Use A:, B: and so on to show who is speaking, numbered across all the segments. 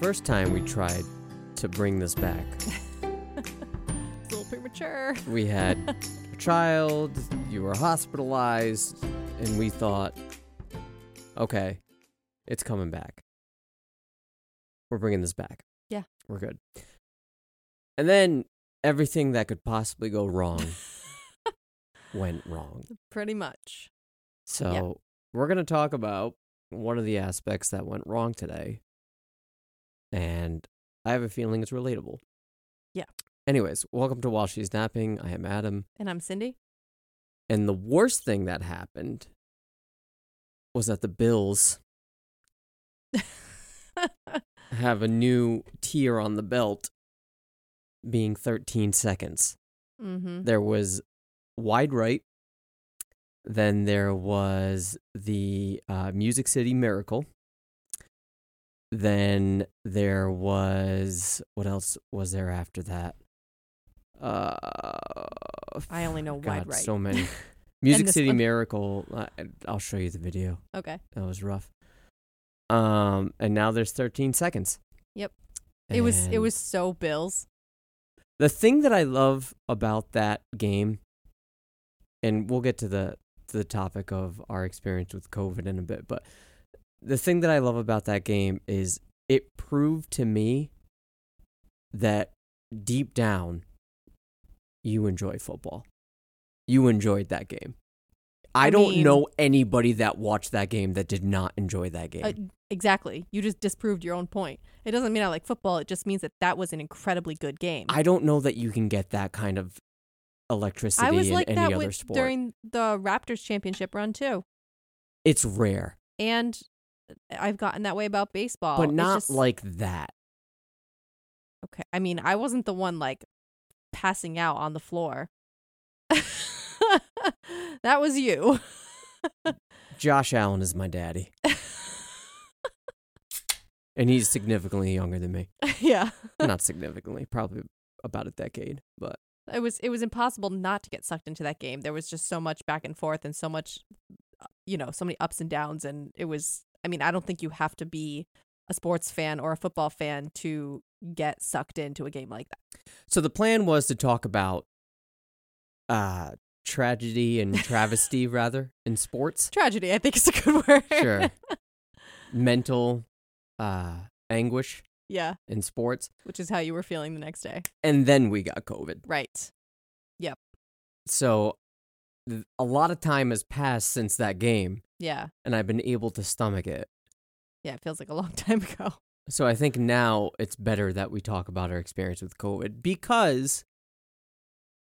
A: first time we tried to bring this back,
B: It's a little premature.
A: we had a child, you were hospitalized, and we thought, okay, it's coming back. We're bringing this back.
B: Yeah.
A: We're good. And then everything that could possibly go wrong went wrong.
B: Pretty much.
A: So we're going to talk about one of the aspects that went wrong today. And I have a feeling it's relatable.
B: Yeah.
A: Anyways, welcome to While She's Napping. I am Adam.
B: And I'm Cindy.
A: And the worst thing that happened was that the Bills have a new tier on the belt being 13 seconds.
B: Mm-hmm.
A: there was wide right then there was the uh, music city miracle then there was what else was there after that uh
B: I only know wide
A: Oh, God,
B: right.
A: so many music
B: this
A: city
B: one.
A: miracle I, i'll show you the video
B: okay.
A: that was rough um and now there's 13 seconds
B: Yep. It was it
A: And-
B: was so Bills.
A: the thing that I love about that game, and we'll get to the to the topic of our experience with COVID in a bit, but the thing that I love about that game is it proved to me that deep down you enjoy football. You enjoyed that game. I,
B: I
A: don't
B: mean-
A: know anybody that watched that game that did not enjoy that game.
B: Uh, exactly. You just disproved your own point. It doesn't mean I like football. It just means that that was an incredibly good game.
A: I don't know that you can get that kind of electricity
B: I was
A: in
B: like
A: any
B: that
A: other
B: with,
A: sport.
B: during the Raptors championship run too,
A: it's rare.
B: and I've gotten that way about baseball.
A: but
B: Oh, It's
A: not
B: just-
A: like that.
B: okay. I mean, I wasn't the one like passing out on the floor. that was you.
A: Josh Allen is my daddy, and he's significantly younger than me.
B: yeah.
A: not significantly, probably about a decade, but
B: it was it was impossible not to get sucked into that game. There was just so much back and forth and so much uh, you know, so many ups and downs and it was I mean, I don't think you have to be a sports fan or a football fan to get sucked into a game like that.
A: so the plan was to talk about uh tragedy and travesty rather in sports.
B: Tragedy, I think is a good word.
A: Sure. Mental uh anguish
B: yeah,
A: in sports.
B: which is how you were feeling the next day.
A: And then we got COVID.
B: Right.
A: So th- a lot of time has passed since that game
B: Yeah.
A: and I've been able to stomach it.
B: Yeah, it feels like a long time ago.
A: So I think now it's better that we talk about our experience with COVID because,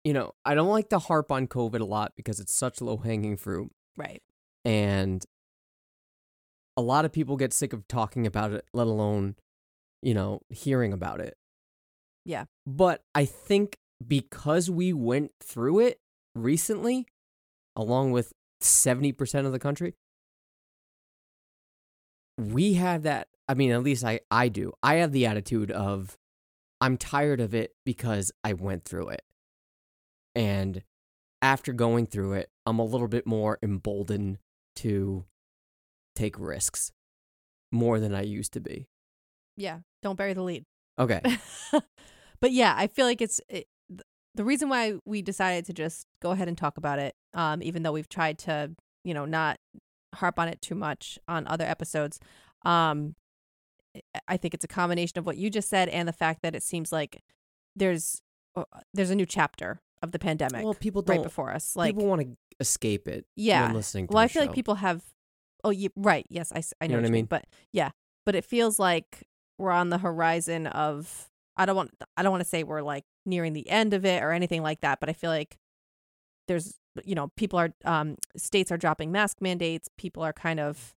A: you know, I don't like to harp on COVID a lot because it's such low hanging fruit.
B: Right.
A: And a lot of people get sick of talking about it, let alone, you know, hearing about it.
B: Yeah.
A: But I think because we went through it recently, along with 70% of the country, we have that. I mean, at least I, I do. I have the attitude of, I'm tired of it because I went through it. And after going through it, I'm a little bit more emboldened to take risks more than I used to be.
B: Yeah. Don't bury the lead.
A: Okay.
B: but yeah, I feel like it's it, th- the reason why we decided to just go ahead and talk about it, um, even though we've tried to, you know, not harp on it too much on other episodes. Um, I- I think it's a combination of what you just said and the fact that it seems like there's uh, there's a new chapter of the pandemic
A: Well, people don't.
B: right before us. Like,
A: people want to escape it.
B: yeah,
A: When listening to
B: well,
A: the
B: I feel
A: show.
B: like people have. Oh, yeah, right. Yes, I, s- I
A: You
B: know,
A: know what I
B: you
A: mean?
B: But yeah, but it feels like we're on the horizon of. I don't want. I don't want to say we're like nearing the end of it or anything like that. But I feel like there's, you know, people are, um, states are dropping mask mandates. People are kind of.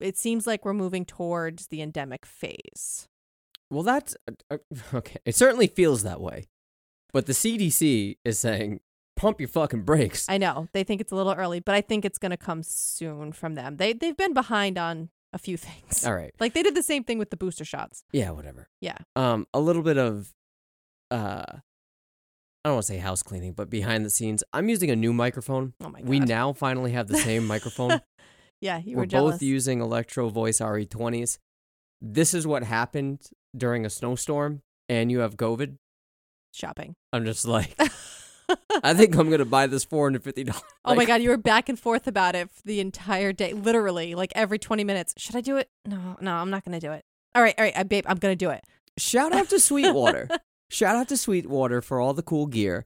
B: It seems like we're moving towards the endemic phase.
A: Well, that's. uh, uh, Okay. It certainly feels that way. But the CDC is saying, pump your fucking brakes.
B: I know they think it's a little early, but I think it's going to come soon from them. They they've been behind on a few things.
A: All right.
B: Like they did the same thing with the booster shots.
A: Yeah, whatever.
B: Yeah.
A: Um, a little bit of uh I don't want to say house cleaning, but behind the scenes. I'm using a new microphone.
B: Oh my god.
A: We now finally have the same microphone.
B: yeah, you
A: we're
B: were jealous.
A: both using Electro Voice RE20s. E this is what happened during a snowstorm and you have COVID,
B: shopping.
A: I'm just like,
B: oh
A: I think I'm going to buy this $450.
B: my god, you were back and forth about it for the entire day, literally, like every 20 minutes. Should I do it? No, no, I'm not going to do it. All right, all right, I- babe, I'm going to do it.
A: Shout out to Sweetwater. Shout out to Sweetwater for all the cool gear.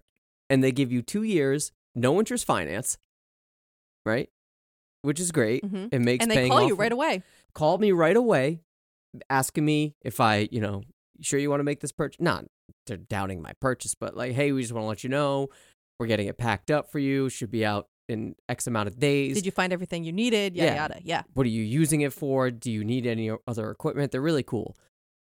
A: And they give you two years, no interest finance, right? Which is great.
B: Mhm.
A: It makes
B: and they
A: paying
B: call
A: off-
B: you right away.
A: Called me right away, asking me if I, you know, sure you want to make this purchase. Not they're doubting my purchase, but like, hey, we just want to let you know we're getting it packed up for you. Should be out in X amount of days.
B: Did you find everything you needed? Yada
A: Yeah.
B: yada. Yeah.
A: What are you using it for? Do you need any other equipment? They're really cool,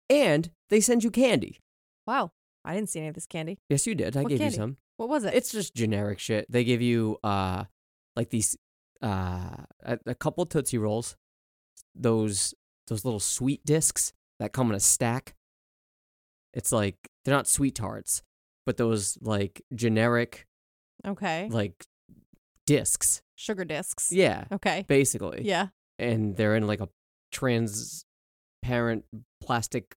A: and they send you candy.
B: Wow. I didn't see any of this candy.
A: Yes, you did. I
B: What
A: gave
B: candy?
A: you some.
B: What was it?
A: It's just generic shit. They give you uh like these uh a, a couple Tootsie Rolls, those those little sweet discs that come in a stack. It's like they're not sweet tarts, but those like generic
B: okay.
A: like discs.
B: Sugar discs.
A: Yeah,
B: Okay.
A: basically.
B: Yeah.
A: And they're in like a transparent plastic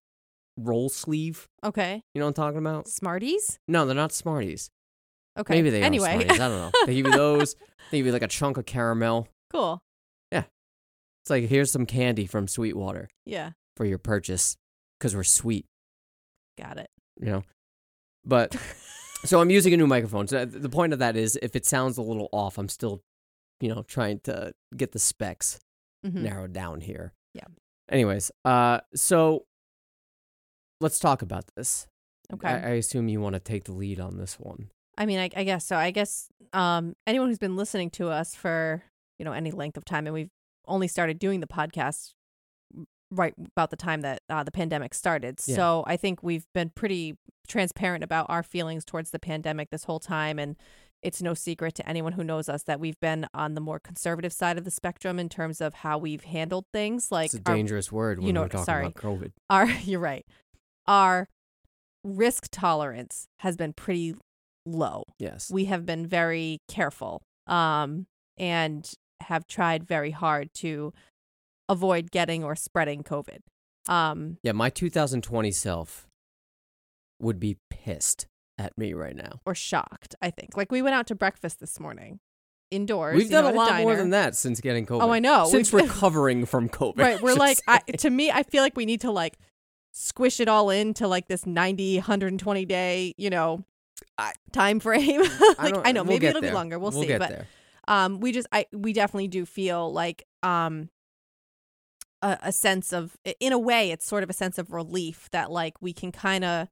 A: roll sleeve.
B: Okay.
A: You know what I'm talking about?
B: Smarties?
A: No, they're not Smarties.
B: Okay.
A: Maybe they
B: anyway.
A: are Smarties. I don't know. They give you those. They give you like a chunk of caramel.
B: cool.
A: It's like here's some candy from Sweetwater
B: Yeah.
A: for your purchase because we're sweet,
B: Got it.
A: you know. But so I'm using a new microphone. So th- the point of that is, if it sounds a little off, I'm still, you know, trying to get the specs
B: Mhm.
A: narrowed down here.
B: Yeah.
A: Anyways, uh, so let's talk about this.
B: Okay.
A: I, I assume you want to take the lead on this one.
B: I mean, I, I guess so. I guess um, anyone who's been listening to us for you know any length of time, and we've only started doing the podcast right about the time that uh, the pandemic started.
A: Yeah.
B: So I think we've been pretty transparent about our feelings towards the pandemic this whole time, and it's no secret to anyone who knows us that we've been on the more conservative side of the spectrum in terms of how we've handled things, like
A: it's a
B: our
A: dangerous word when
B: you know-
A: we're talking
B: sorry.
A: about COVID.
B: our you're right our risk tolerance has been pretty low
A: Yes.
B: we have been very careful um and have tried very hard to avoid getting or spreading covid um
A: Yeah, my 2020 self would be pissed at me right now.
B: or shocked i think like we went out to breakfast this morning indoors
A: We've
B: you
A: done
B: know,
A: a
B: at
A: lot more
B: diner.
A: than that since getting COVID.
B: oh i know
A: Since
B: We've-
A: recovering from COVID.
B: right we're
A: should
B: like I,
A: say.
B: to me i feel like we need to like squish it all into like this 90 120 day you know
A: I-
B: time frame like
A: don't-
B: i, know
A: we'll
B: maybe
A: get
B: it'll
A: there.
B: be longer we'll, see
A: get
B: but
A: there.
B: um we just i we definitely do feel like um a, a sense of in a way it's sort of a sense of relief that like we can kind of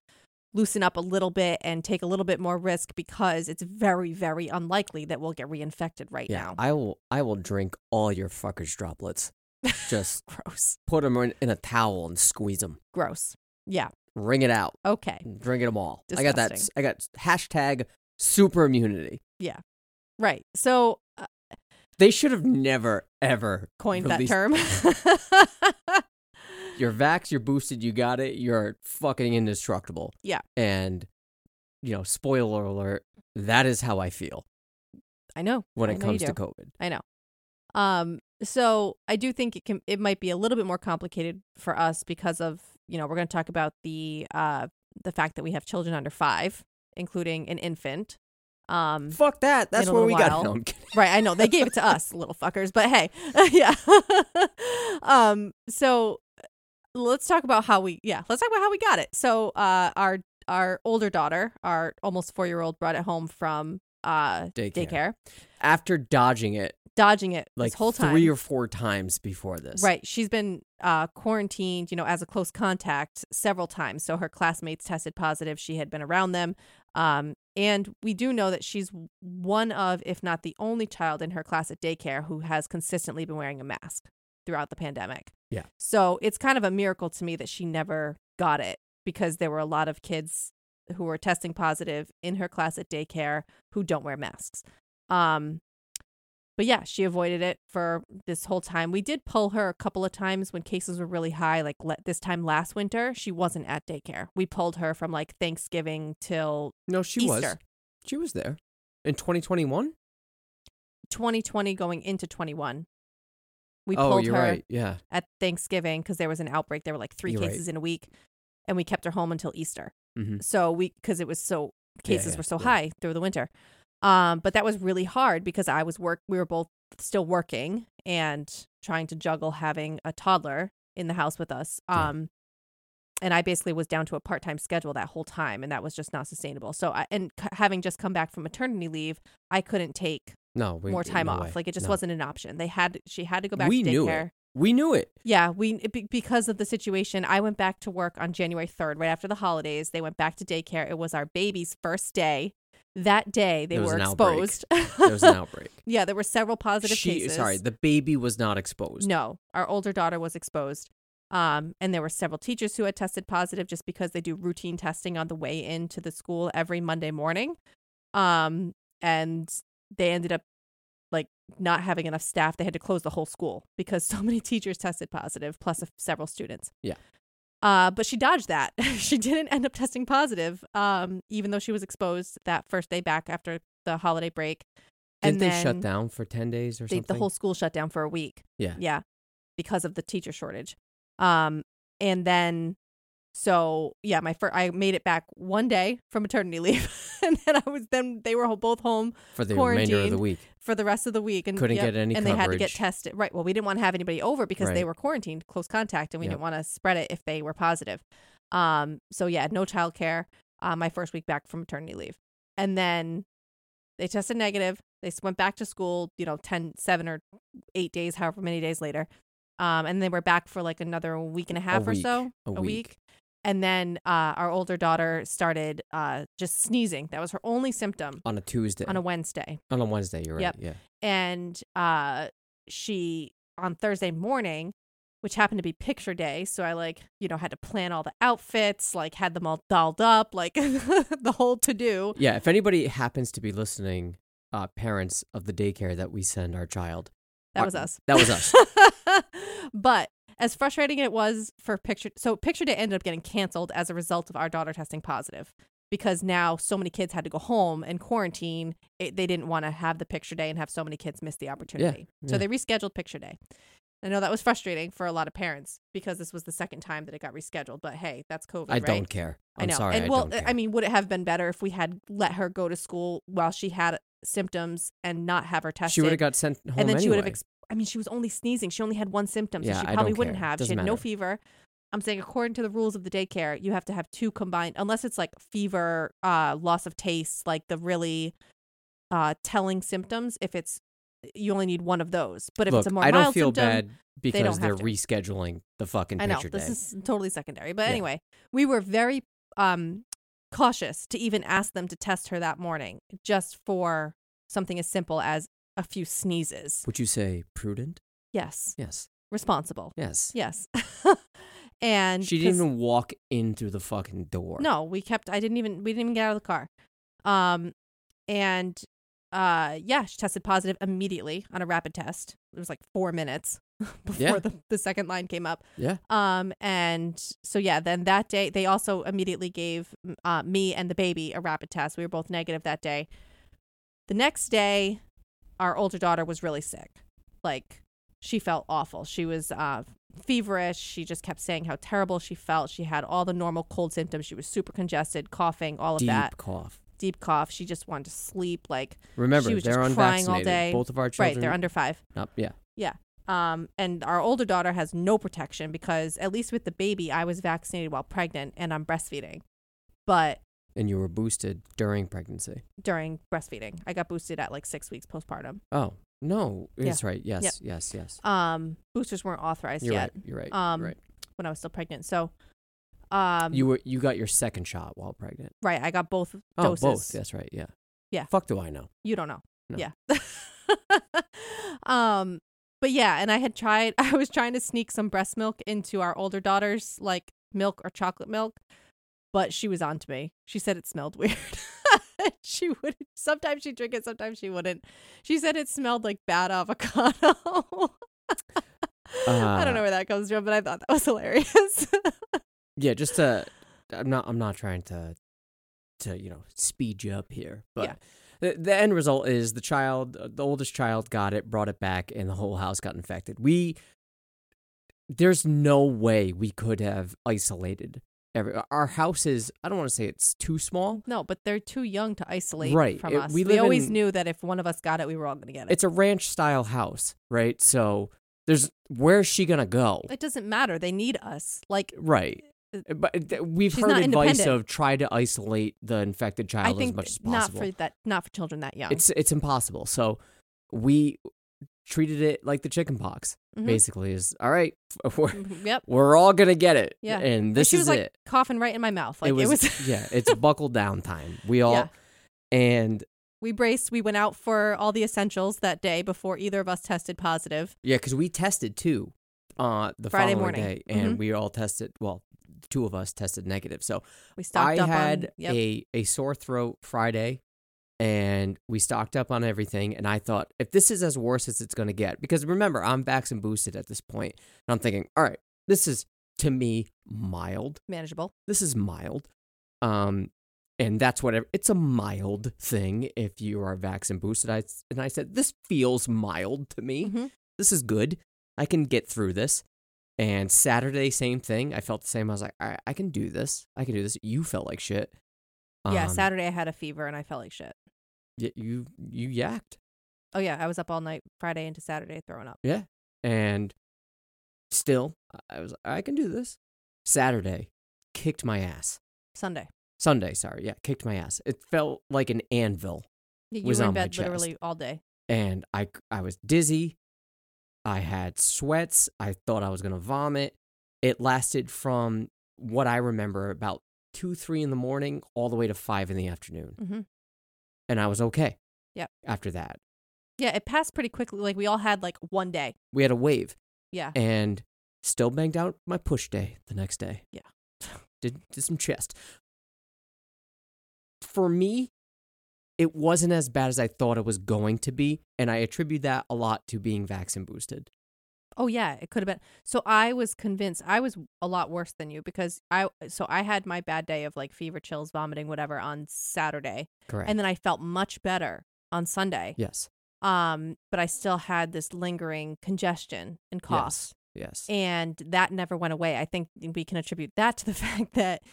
B: loosen up a little bit and take a little bit more risk because it's very very unlikely that we'll get reinfected right
A: Yeah,
B: now
A: I will. I will drink all your fuckers droplets. Just
B: gross
A: put them in, in a towel and squeeze them.
B: gross yeah
A: Wring it out.
B: okay
A: Drink them all. I got that. s-
B: Disgusting.
A: I got hashtag super immunity.
B: right so uh,
A: They should have never ever
B: coined
A: released-
B: that term
A: You're vaxxed, you're boosted, you got it, you're fucking indestructible.
B: Yeah.
A: And, you know, spoiler alert, that is how I feel
B: i know
A: when
B: I
A: it
B: know you
A: comes to
B: do.
A: COVID.
B: I know. Um, so I do think it can it might be a little bit more complicated for us because of, you know, we're gonna talk about the uh the fact that we have children under five, including an infant. Um
A: Fuck that. That's
B: a
A: where we
B: little
A: got
B: while.
A: it. No, I'm kidding.
B: Right, I know. They gave it to us, little fuckers, but hey. yeah. um so let's talk about how we yeah, let's talk about how we got it. So uh our our older daughter, our almost 4-year-old brought it home from uh
A: Daycare.
B: daycare,
A: After dodging it
B: dodging it
A: like
B: this whole time.
A: three or four times before this.
B: Right. She's been uh, quarantined, you know, as a close contact several times. So her classmates tested positive. She had been around them. Um, and we do know that she's one of, if not the only child in her class at daycare who has consistently been wearing a mask throughout the pandemic.
A: Yeah.
B: So it's kind of a miracle to me that she never got it because there were a lot of kids who were testing positive in her class at daycare who don't wear masks. Um, but yeah, she avoided it for this whole time. We did pull her a couple of times when cases were really high. Like le- this time last winter, she wasn't at daycare. We pulled her from like Thanksgiving till
A: No, she was.
B: Easter.
A: She was there. In 2021?
B: 2020 going into 21. We
A: oh,
B: pulled
A: you're
B: her
A: right. Yeah.
B: at Thanksgiving because there was an outbreak. There were like 3
A: You're right.
B: cases in a week, and we kept her home until Easter.
A: hmm
B: So we because it was so
A: Yeah,
B: cases
A: yeah,
B: were so
A: yeah.
B: high through the winter. Um, but that was really hard because I was work. We were both still working and trying to juggle having a toddler in the house with us.
A: Yeah.
B: Um, and I basically was down to a part time schedule that whole time, and that was just not sustainable. So I and c- having just come back from maternity leave, I couldn't take
A: No, we,
B: more time
A: no
B: off.
A: way.
B: Like it just
A: No.
B: wasn't an option. They had she had to go back
A: We
B: to
A: knew it.
B: daycare.
A: We knew it.
B: Yeah, we it be- because of the situation, I went back to work on January 3rd, right after the holidays. They went back to daycare. It was our baby's first day. That day, they
A: There was
B: were
A: an outbreak.
B: exposed.
A: There was an outbreak.
B: yeah, there were several positive
A: she,
B: cases.
A: Sorry, the baby was not exposed.
B: no, our older daughter was exposed. Um, and there were several teachers who had tested positive just because they do routine testing on the way into the school every Monday morning. Um, and they ended up like not having enough staff. They had to close the whole school because so many teachers tested positive, plus a- several students.
A: Yeah.
B: Uh, but she dodged that. she didn't end up testing positive, um, even though she was exposed that first day back after the holiday break.
A: Didn't
B: and
A: they
B: then-
A: shut down for ten days or
B: they,
A: something?
B: the whole school shut down for a week.
A: Yeah.
B: Yeah. Because of the teacher shortage. Um, and then so yeah, my first I made it back one day from maternity leave, and then I was then they were ho- both home
A: for the remainder of the
B: quarantine.
A: week.
B: for the rest of the week and
A: Couldn't
B: yep,
A: get any
B: and they had to get
A: coverage.
B: tested right. Well, we didn't want to have anybody over because they
A: Right.
B: were quarantined, close contact, and we
A: Yep.
B: didn't want to spread it if they were positive. Um, so yeah, no childcare. Uh, my first week back from maternity leave, and then they tested negative. They s- went back to school. You know, 10, 7 or eight days, however many days later. Um, and they were back for like another week and a half or
A: week.
B: so,
A: A
B: a
A: week.
B: week. And then uh, our older daughter started uh, just sneezing. That was her only symptom
A: On a Tuesday.
B: on a Wednesday
A: on a Wednesday, you're right.
B: Yep.
A: Yeah.
B: and uh she on Thursday morning which happened to be picture day so i like you know had to plan all the outfits like had them all dolled up like the whole to do
A: Yeah. If anybody happens to be listening, uh, parents of the daycare that we send our child,
B: that
A: Our-
B: was us
A: that was us.
B: but as frustrating it was for picture so picture day ended up getting canceled as a result of our daughter testing positive because now so many kids had to go home and quarantine it, they didn't want to have the picture day and have so many kids miss the opportunity so
A: yeah.
B: they rescheduled picture day i know that was frustrating for a lot of parents because this was the second time that it got rescheduled but hey that's covid
A: I
B: right?
A: don't care.
B: I
A: I'm
B: know.
A: sorry.
B: and
A: I
B: well, uh,
A: don't care.
B: I mean, would it have been better if we had let her go to school while she had symptoms and not have her tested?
A: she would have got sent home
B: and then she would have.
A: anyway.
B: Ex- I mean, she was only sneezing. She only had one symptom, so
A: Yeah,
B: she
A: I
B: probably
A: don't
B: wouldn't
A: care.
B: have. she
A: Doesn't
B: had no
A: matter.
B: fever. I'm saying, according to the rules of the daycare, you have to have two combined, unless it's like fever, uh, loss of taste, like the really uh, telling symptoms. If it's you only need one of those, but if
A: Look,
B: it's a more
A: I don't
B: mild
A: feel
B: symptom,
A: bad
B: don't
A: because are
B: have to.
A: rescheduling the fucking
B: I know
A: picture
B: this
A: day.
B: is totally secondary, but
A: Yeah.
B: anyway, we were very um, cautious to even ask them to test her that morning, just for something as simple as a few sneezes.
A: Would you say prudent?
B: Yes,
A: Yes.
B: responsible.
A: Yes.
B: Yes. and
A: She
B: 'cause-
A: didn't even walk in through the fucking door.
B: No, we kept I didn't even we didn't even get out of the car. Um and uh yeah, she tested positive immediately on a rapid test. It was like 4 minutes before
A: Yeah.
B: the, the second line came up.
A: Yeah.
B: Um and so yeah, then that day they also immediately gave m- uh, me and the baby a rapid test. We were both negative that day. The next day our older daughter was really sick. Like she felt awful. She was uh, feverish. She just kept saying how terrible she felt. She had all the normal cold symptoms. She was super congested, coughing, all of
A: Deep
B: that,
A: cough.
B: deep cough. She just wanted to sleep. Like
A: Remember,
B: She was
A: they're
B: just crying
A: unvaccinated.
B: all day.
A: Both of our children.
B: right, they're under five.
A: Up, yeah.
B: Um, and our older daughter has no protection because at least with the baby, I was vaccinated while pregnant and I'm breastfeeding. But
A: And you were boosted during pregnancy.
B: during breastfeeding, I got boosted at like six weeks postpartum.
A: Oh no,
B: Yeah.
A: it's right. Yes, yes, yes.
B: Um, boosters weren't authorized
A: You're
B: yet
A: right. You're right.
B: um,
A: you're right.
B: when I was still pregnant. So, um,
A: You were you got your second shot while pregnant.
B: right, I got both
A: Oh,
B: doses.
A: both. That's right. Yeah.
B: Yeah.
A: Fuck, do I know?
B: You don't know.
A: No.
B: Yeah. um but yeah, and I had tried I was trying to sneak some breast milk into our older daughter's like milk or chocolate milk, but she was on to me. She said it smelled weird. she would not sometimes she'd drink it, sometimes she wouldn't. She said it smelled like bad avocado. I don't know
A: Uh,
B: where that comes from, but I thought that was hilarious.
A: Yeah. Just uh, I'm not. I'm not trying to to you know speed you up here. But
B: Yeah.
A: the, the end result is the child, uh, the oldest child, got it, brought it back, and the whole house got infected. We there's no way we could have isolated every. Our house is I don't want to say it's too small.
B: No, but they're too young to isolate
A: Right.
B: from
A: It-
B: us.
A: we
B: We,
A: live
B: always
A: in-
B: knew that if one of us got it, we were all going to get it.
A: It's a ranch style house, right? So there's where's she gonna go?
B: it doesn't matter. They need us. Like,
A: Right. But th- we've
B: uh, She's
A: heard
B: not
A: advice
B: independent.
A: of try to isolate the infected
B: I
A: child as
B: think
A: much as
B: not
A: possible.
B: for that, not for children that young.
A: it's it's impossible. So we treated it like the chicken pox.
B: Mhm.
A: Basically, is all right. We're,
B: Mm-hmm. yep.
A: we're all gonna get it.
B: Yeah.
A: And
B: And
A: this
B: she was
A: is
B: like
A: it.
B: coughing right in my mouth. Like
A: it was, yeah. It's buckle down time. We all
B: Yeah.
A: and
B: we braced. We went out for all the essentials that day before either of us tested positive.
A: yeah, because we tested too. Uh, the
B: Friday
A: following
B: morning. Mm-hmm.
A: day, and we all tested. Well, two of us tested negative. So
B: We stocked
A: I
B: up
A: had
B: on. Yep.
A: a a sore throat Friday, and we stocked up on everything. And I thought, if this is as worse as it's going to get, because remember, I'm vaccine boosted at this point, and I'm thinking, all right, this is to me mild.
B: manageable.
A: This is mild, um, and that's whatever. It's a mild thing if you are vaccine boosted. I s- and I said, this feels mild to me
B: Mhm.
A: this is good. I can get through this. And Saturday, same thing. I felt the same. I was like, all right, I can do this. I can do this. You felt like shit.
B: yeah.
A: Um,
B: Saturday I had a fever and I felt like shit.
A: y- you you yacked,
B: Oh yeah, I was up all night Friday into Saturday throwing up.
A: and still, I- I was like, I can do this. Saturday, kicked my ass.
B: Sunday.
A: Sunday, sorry, yeah, kicked my ass. It felt like an anvil,
B: You
A: Was
B: were in
A: on my
B: bed
A: chest.
B: literally all day.
A: and I c- I was dizzy. I had sweats. I thought I was gonna vomit. It lasted from what I remember about two, three in the morning, all the way to five in the afternoon,
B: hmm
A: and I was okay.
B: Yep.
A: After that,
B: Yeah, it passed pretty quickly. Like we all had like one day.
A: we had a wave,
B: Yeah.
A: and still banged out my push day the next day.
B: Yeah.
A: did did some chest. For me, it wasn't as bad as I thought it was going to be, and I attribute that a lot to being vaccine boosted.
B: Oh yeah, it could have been. So I was convinced I was a lot worse than you because I so I had my bad day of like fever, chills, vomiting, whatever on Saturday.
A: Correct.
B: And then I felt much better on Sunday.
A: yes.
B: Um but I still had this lingering congestion and
A: Yes.
B: cough.
A: Yes.
B: and that never went away. I think we can attribute that to the fact that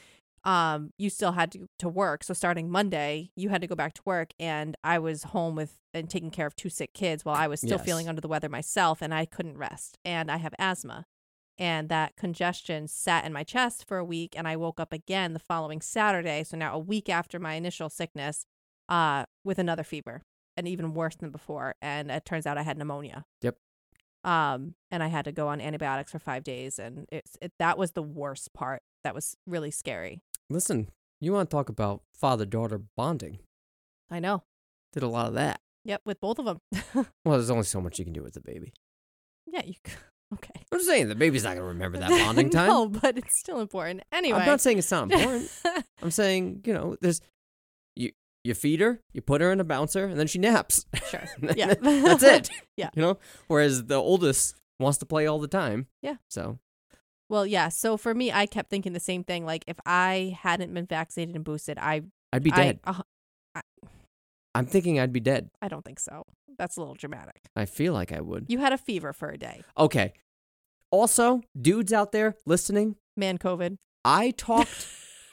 B: um you still had to, to work. So starting Monday, you had to go back to work and I was home with and taking care of two sick kids while I was still
A: Yes.
B: feeling under the weather myself and I couldn't rest and I have asthma. And that congestion sat in my chest for a week and I woke up again the following Saturday, so now a week after my initial sickness uh with another fever and even worse than before and it turns out I had pneumonia um and i had to go on antibiotics for five days and it's it, that was the worst part that was really scary
A: Listen, you want to talk about father daughter bonding?
B: i know
A: Did a lot of that.
B: yep with both of them
A: Well, there's only so much you can do with the baby.
B: yeah you c- okay
A: I'm just saying the baby's not gonna remember that bonding time.
B: no but it's still important anyway
A: I'm not saying it's not important. I'm saying you know there's you you feed her, you put her in a bouncer, and then she naps.
B: sure yeah
A: That's it.
B: Yeah.
A: You know, whereas the oldest wants to play all the time.
B: Yeah.
A: So
B: well yeah so for me i kept thinking the same thing like if i hadn't been vaccinated and boosted i
A: I'd be
B: I-
A: dead.
B: uh,
A: I'm thinking I'd be dead.
B: I don't think so that's a little dramatic
A: I feel like I would.
B: you had a fever for a day
A: Okay. Also, dudes out there listening,
B: man covid
A: I talked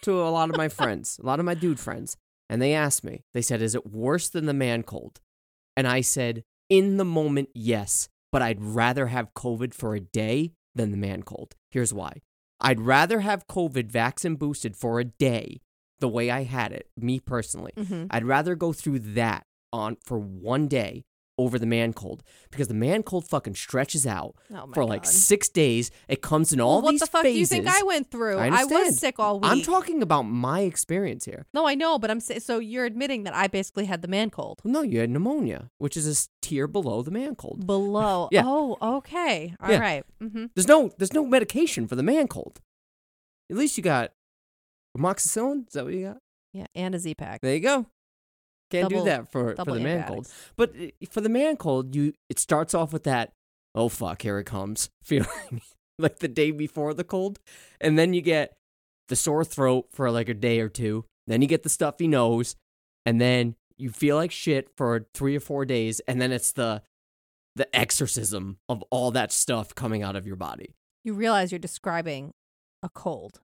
A: to a lot of my friends, a lot of my dude friends, and they asked me, they said, is it worse than the man cold? And I said, in the moment, yes, but I'd rather have COVID for a day than the man cold. Here's why I'd rather have COVID vaccine boosted for a day the way I had it, me personally.
B: mm-hmm.
A: I'd rather go through that on for one day over the man cold because the man cold fucking stretches out
B: oh my
A: for like
B: God.
A: six days. It comes in all
B: well, what
A: these
B: the fuck do you think
A: phases.
B: i went through
A: I understand.
B: was sick all week
A: I'm talking about my experience here.
B: No, I know, but I'm sa- so you're admitting that I basically had the man cold
A: No, you had pneumonia, which is a s- tier below the man cold.
B: below.
A: Yeah.
B: Oh, okay, All
A: Yeah.
B: Mm-hmm.
A: There's no there's no medication for the man cold. At least you got amoxicillin. Is that what you got?
B: Yeah, and a Z pack.
A: There you go. Can't
B: Double-
A: do that for, for
B: double
A: the man cold. But uh, for the man cold, you it starts off with that oh fuck here it comes feeling like the day before the cold, and then you get the sore throat for like a day or two, Then you get the stuffy nose, and then you feel like shit for three or four days, and then it's the the exorcism of all that stuff coming out of your body.
B: You realize you're describing a cold.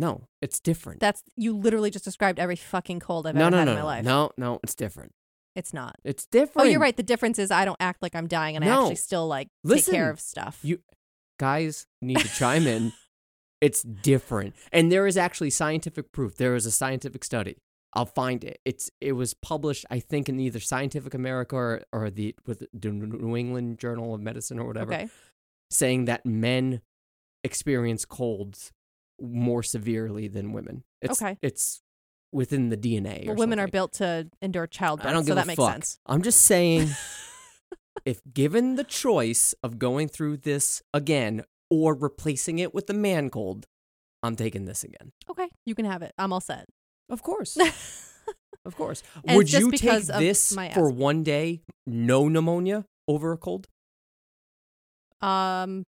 A: No, it's different.
B: That's you literally just described every fucking cold I've
A: no,
B: ever
A: no,
B: had
A: no,
B: in my
A: no,
B: life.
A: no, no, it's different.
B: It's not.
A: It's different.
B: Oh, you're right. The difference is I don't act like I'm dying and I
A: No.
B: actually still like
A: Listen,
B: take care of stuff.
A: you- guys need to chime in. It's different. And there is actually scientific proof. There is a scientific study. I'll find it. It's it was published, I think, in either Scientific America or, or the with the New England Journal of Medicine or whatever,
B: okay.
A: saying that men experience colds more severely than women. It's,
B: Okay.
A: It's within the DNA.
B: Well,
A: or
B: women are
A: something.
B: built to endure childbirth,
A: I don't give
B: Oh, so that
A: a
B: makes
A: fuck.
B: sense.
A: I'm just saying, if given the choice of going through this again or replacing it with the man cold, I'm taking this again.
B: Okay, you can have it. I'm all set.
A: Of course, of course.
B: And
A: Would
B: it's just
A: you take
B: because of
A: this
B: my
A: for
B: asthma.
A: one day, no pneumonia, over a cold?
B: um,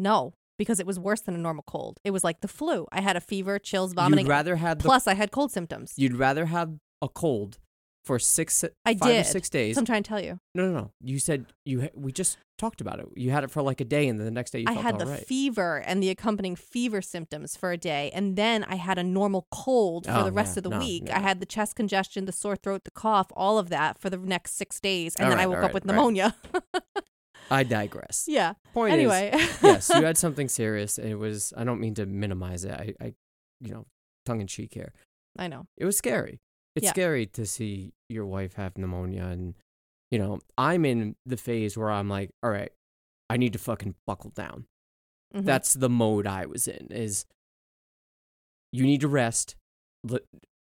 B: no, because it was worse than a normal cold. It was like the flu. I had a fever, chills, vomiting.
A: You'd rather have the,
B: Plus, I had cold symptoms.
A: You'd rather have a cold for six,
B: I
A: five or
B: did.
A: six days.
B: So I'm trying to tell you,
A: no, no, no. You said you. ha- We just talked about it. You had it for like a day, and then the next day you
B: I
A: felt
B: had the
A: all right.
B: fever and the accompanying fever symptoms for a day, and then I had a normal cold for
A: Oh,
B: the rest
A: yeah,
B: of the
A: no,
B: week.
A: yeah.
B: I had the chest congestion, the sore throat, the cough, all of that for the next six days, and
A: All
B: then I
A: right, all
B: woke
A: right,
B: up with
A: all right.
B: pneumonia.
A: I digress.
B: yeah.
A: Point is,
B: anyway.
A: yes, you had something serious. and It was. I don't mean to minimize it. I, I you know, tongue in cheek here.
B: I know.
A: It was scary. It's
B: Yeah.
A: scary to see your wife have pneumonia, and you know, I'm in the phase where I'm like, all right, I need to fucking buckle down.
B: Mhm.
A: That's the mode I was in. Is you need to rest,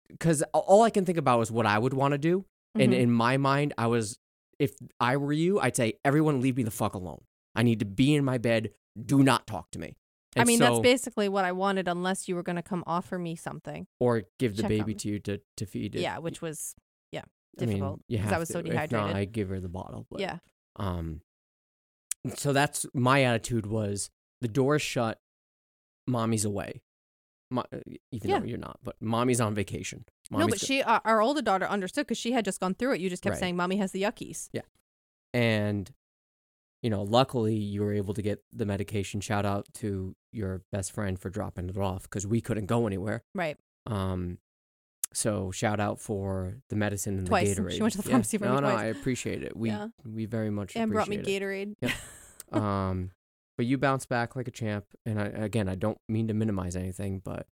A: because all I can think about is what I would want to do, and
B: Mhm.
A: in my mind, I was, if I were you, I'd say, everyone leave me the fuck alone. I need to be in my bed. Do not talk to me.
B: I
A: And
B: mean, that's
A: so-
B: basically what I wanted, unless you were going to come offer me something.
A: Or give the
B: check
A: baby
B: on
A: to you to, to feed it.
B: Yeah, which was yeah
A: I mean,
B: difficult
A: you
B: because I
A: have
B: was so
A: to. If not,
B: dehydrated.
A: I give her the bottle. But,
B: yeah,
A: Um. So that's my attitude was the door shut, mommy's away, Mo- uh, even
B: Yeah.
A: though you're not, but mommy's on vacation.
B: no,
A: Mommy's
B: but
A: go-
B: she uh, our older daughter understood because she had just gone through it. You just kept
A: Right.
B: saying, "Mommy has the yuckies."
A: and you know luckily you were able to get the medication shout out to your best friend for dropping it off because we couldn't go anywhere
B: Right.
A: um so shout out for the medicine and
B: Twice. She
A: the gatorade
B: went to the
A: Yeah.
B: pharmacy for me
A: no no
B: twice.
A: i appreciate it we
B: Yeah.
A: we very much
B: and brought me
A: appreciate
B: Gatorade.
A: it. um but you bounced back like a champ and I, again i don't mean to minimize anything but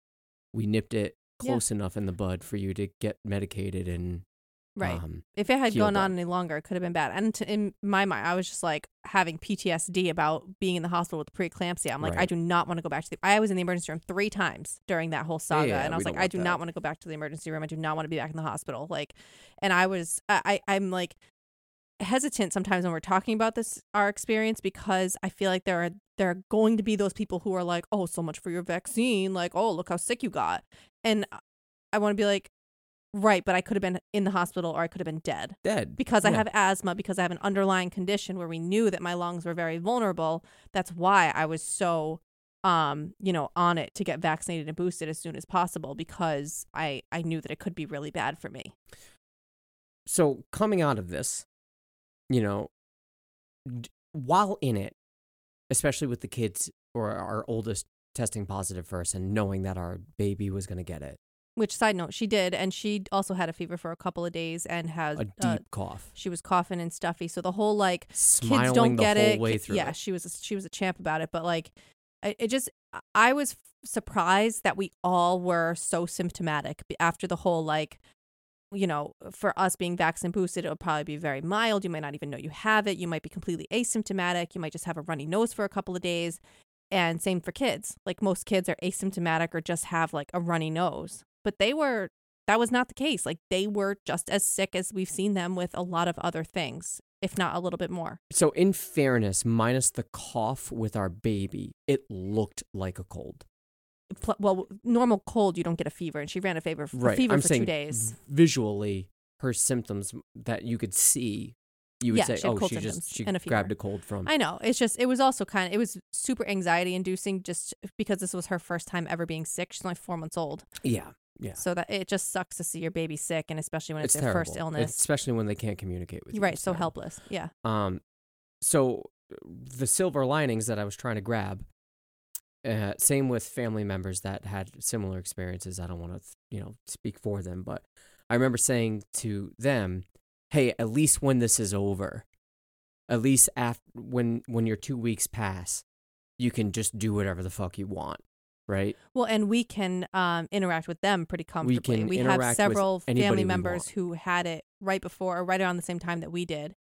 A: we nipped it
B: Yeah.
A: close enough in the bud for you to get medicated and
B: Right.
A: um,
B: if it had
A: healed
B: gone on
A: up.
B: any longer, it could have been bad. And to, in my mind, I was just like having PTSD about being in the hospital with preeclampsia. I'm like, I
A: Right.
B: do not want to go back to the. I was in the emergency room three times during that whole
A: Yeah,
B: saga,
A: yeah,
B: and I
A: we
B: was like,
A: don't
B: I
A: want
B: do
A: that.
B: not want to go back to the emergency room. I do not want to be back in the hospital. Like, and I was, I, I I'm like hesitant sometimes when we're talking about this our experience because I feel like there are there are going to be those people who are like, oh, so much for your vaccine. Like, oh, look how sick you got, and I want to be like. Right, but I could have been in the hospital or I could have been dead
A: dead
B: because I
A: Yeah.
B: have asthma, because I have an underlying condition where we knew that my lungs were very vulnerable. That's why I was so, um, you know, on it to get vaccinated and boosted as soon as possible because I I knew that it could be really bad for me.
A: so coming out of this, you know, d- while in it, especially with the kids or our oldest testing positive first and knowing that our baby was going to get it,
B: Which side note, she did, and she also had a fever for a couple of days and has
A: a deep
B: uh,
A: cough,
B: she was coughing and stuffy. So the whole like
A: smiling
B: kids don't
A: the
B: get
A: whole
B: it.
A: way
B: Ki-
A: through.
B: yeah,
A: it.
B: she was a, she was a champ about it, but like, I, it just I was surprised that we all were so symptomatic b- after the whole like, you know, for us being vaccine boosted, it would probably be very mild. You might not even know you have it. You might be completely asymptomatic. You might just have a runny nose for a couple of days, and same for kids. Like most kids are asymptomatic or just have like a runny nose, but they were. That was not the case. Like they were just as sick as we've seen them with a lot of other things, if not a little bit more.
A: So in fairness, minus the cough with our baby, it looked like a cold.
B: pl- well normal cold you don't get a fever and she ran a fever, a
A: Right.
B: fever
A: I'm
B: for
A: saying
B: two days
A: visually, her symptoms that you could see, you would
B: Yeah,
A: say,
B: she had
A: oh,
B: cold
A: she
B: symptoms
A: just she
B: and a
A: grabbed
B: fever.
A: a cold from.
B: i know it's just it was also kind of it was super anxiety inducing just because this was her first time ever being sick she's only four months old
A: yeah, Yeah.
B: So that it just sucks to see your baby sick, and especially when it's,
A: it's
B: their
A: terrible.
B: first illness.
A: especially when they can't communicate with you.
B: right.
A: It's
B: So
A: terrible.
B: helpless. Yeah.
A: Um, so the silver linings that I was trying to grab. Uh, same with family members that had similar experiences. I don't want to, you know, speak for them, but I remember saying to them, "Hey, at least when this is over, at least after when when your two weeks pass, you can just do whatever the fuck you want, right?
B: Well, and we can um, interact with them pretty comfortably.
A: can
B: have
A: interact with
B: several
A: anybody
B: family
A: we
B: members
A: want.
B: who had it right before or right around the same time that we did.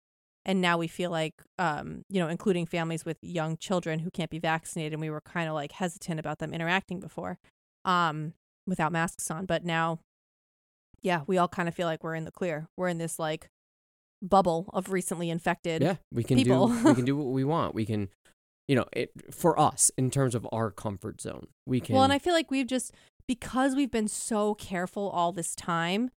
B: And now we feel like, um, you know, including families with young children who can't be vaccinated. And we were kind of like hesitant about them interacting before um, without masks on. But now, yeah, we all kind of feel like we're in the clear. We're in this like bubble of recently infected.
A: yeah, we can
B: people.
A: do we can do what we want. We can, you know, it for us in terms of our comfort zone. We can.
B: Well, and I feel like we've just, because we've been so careful all this time,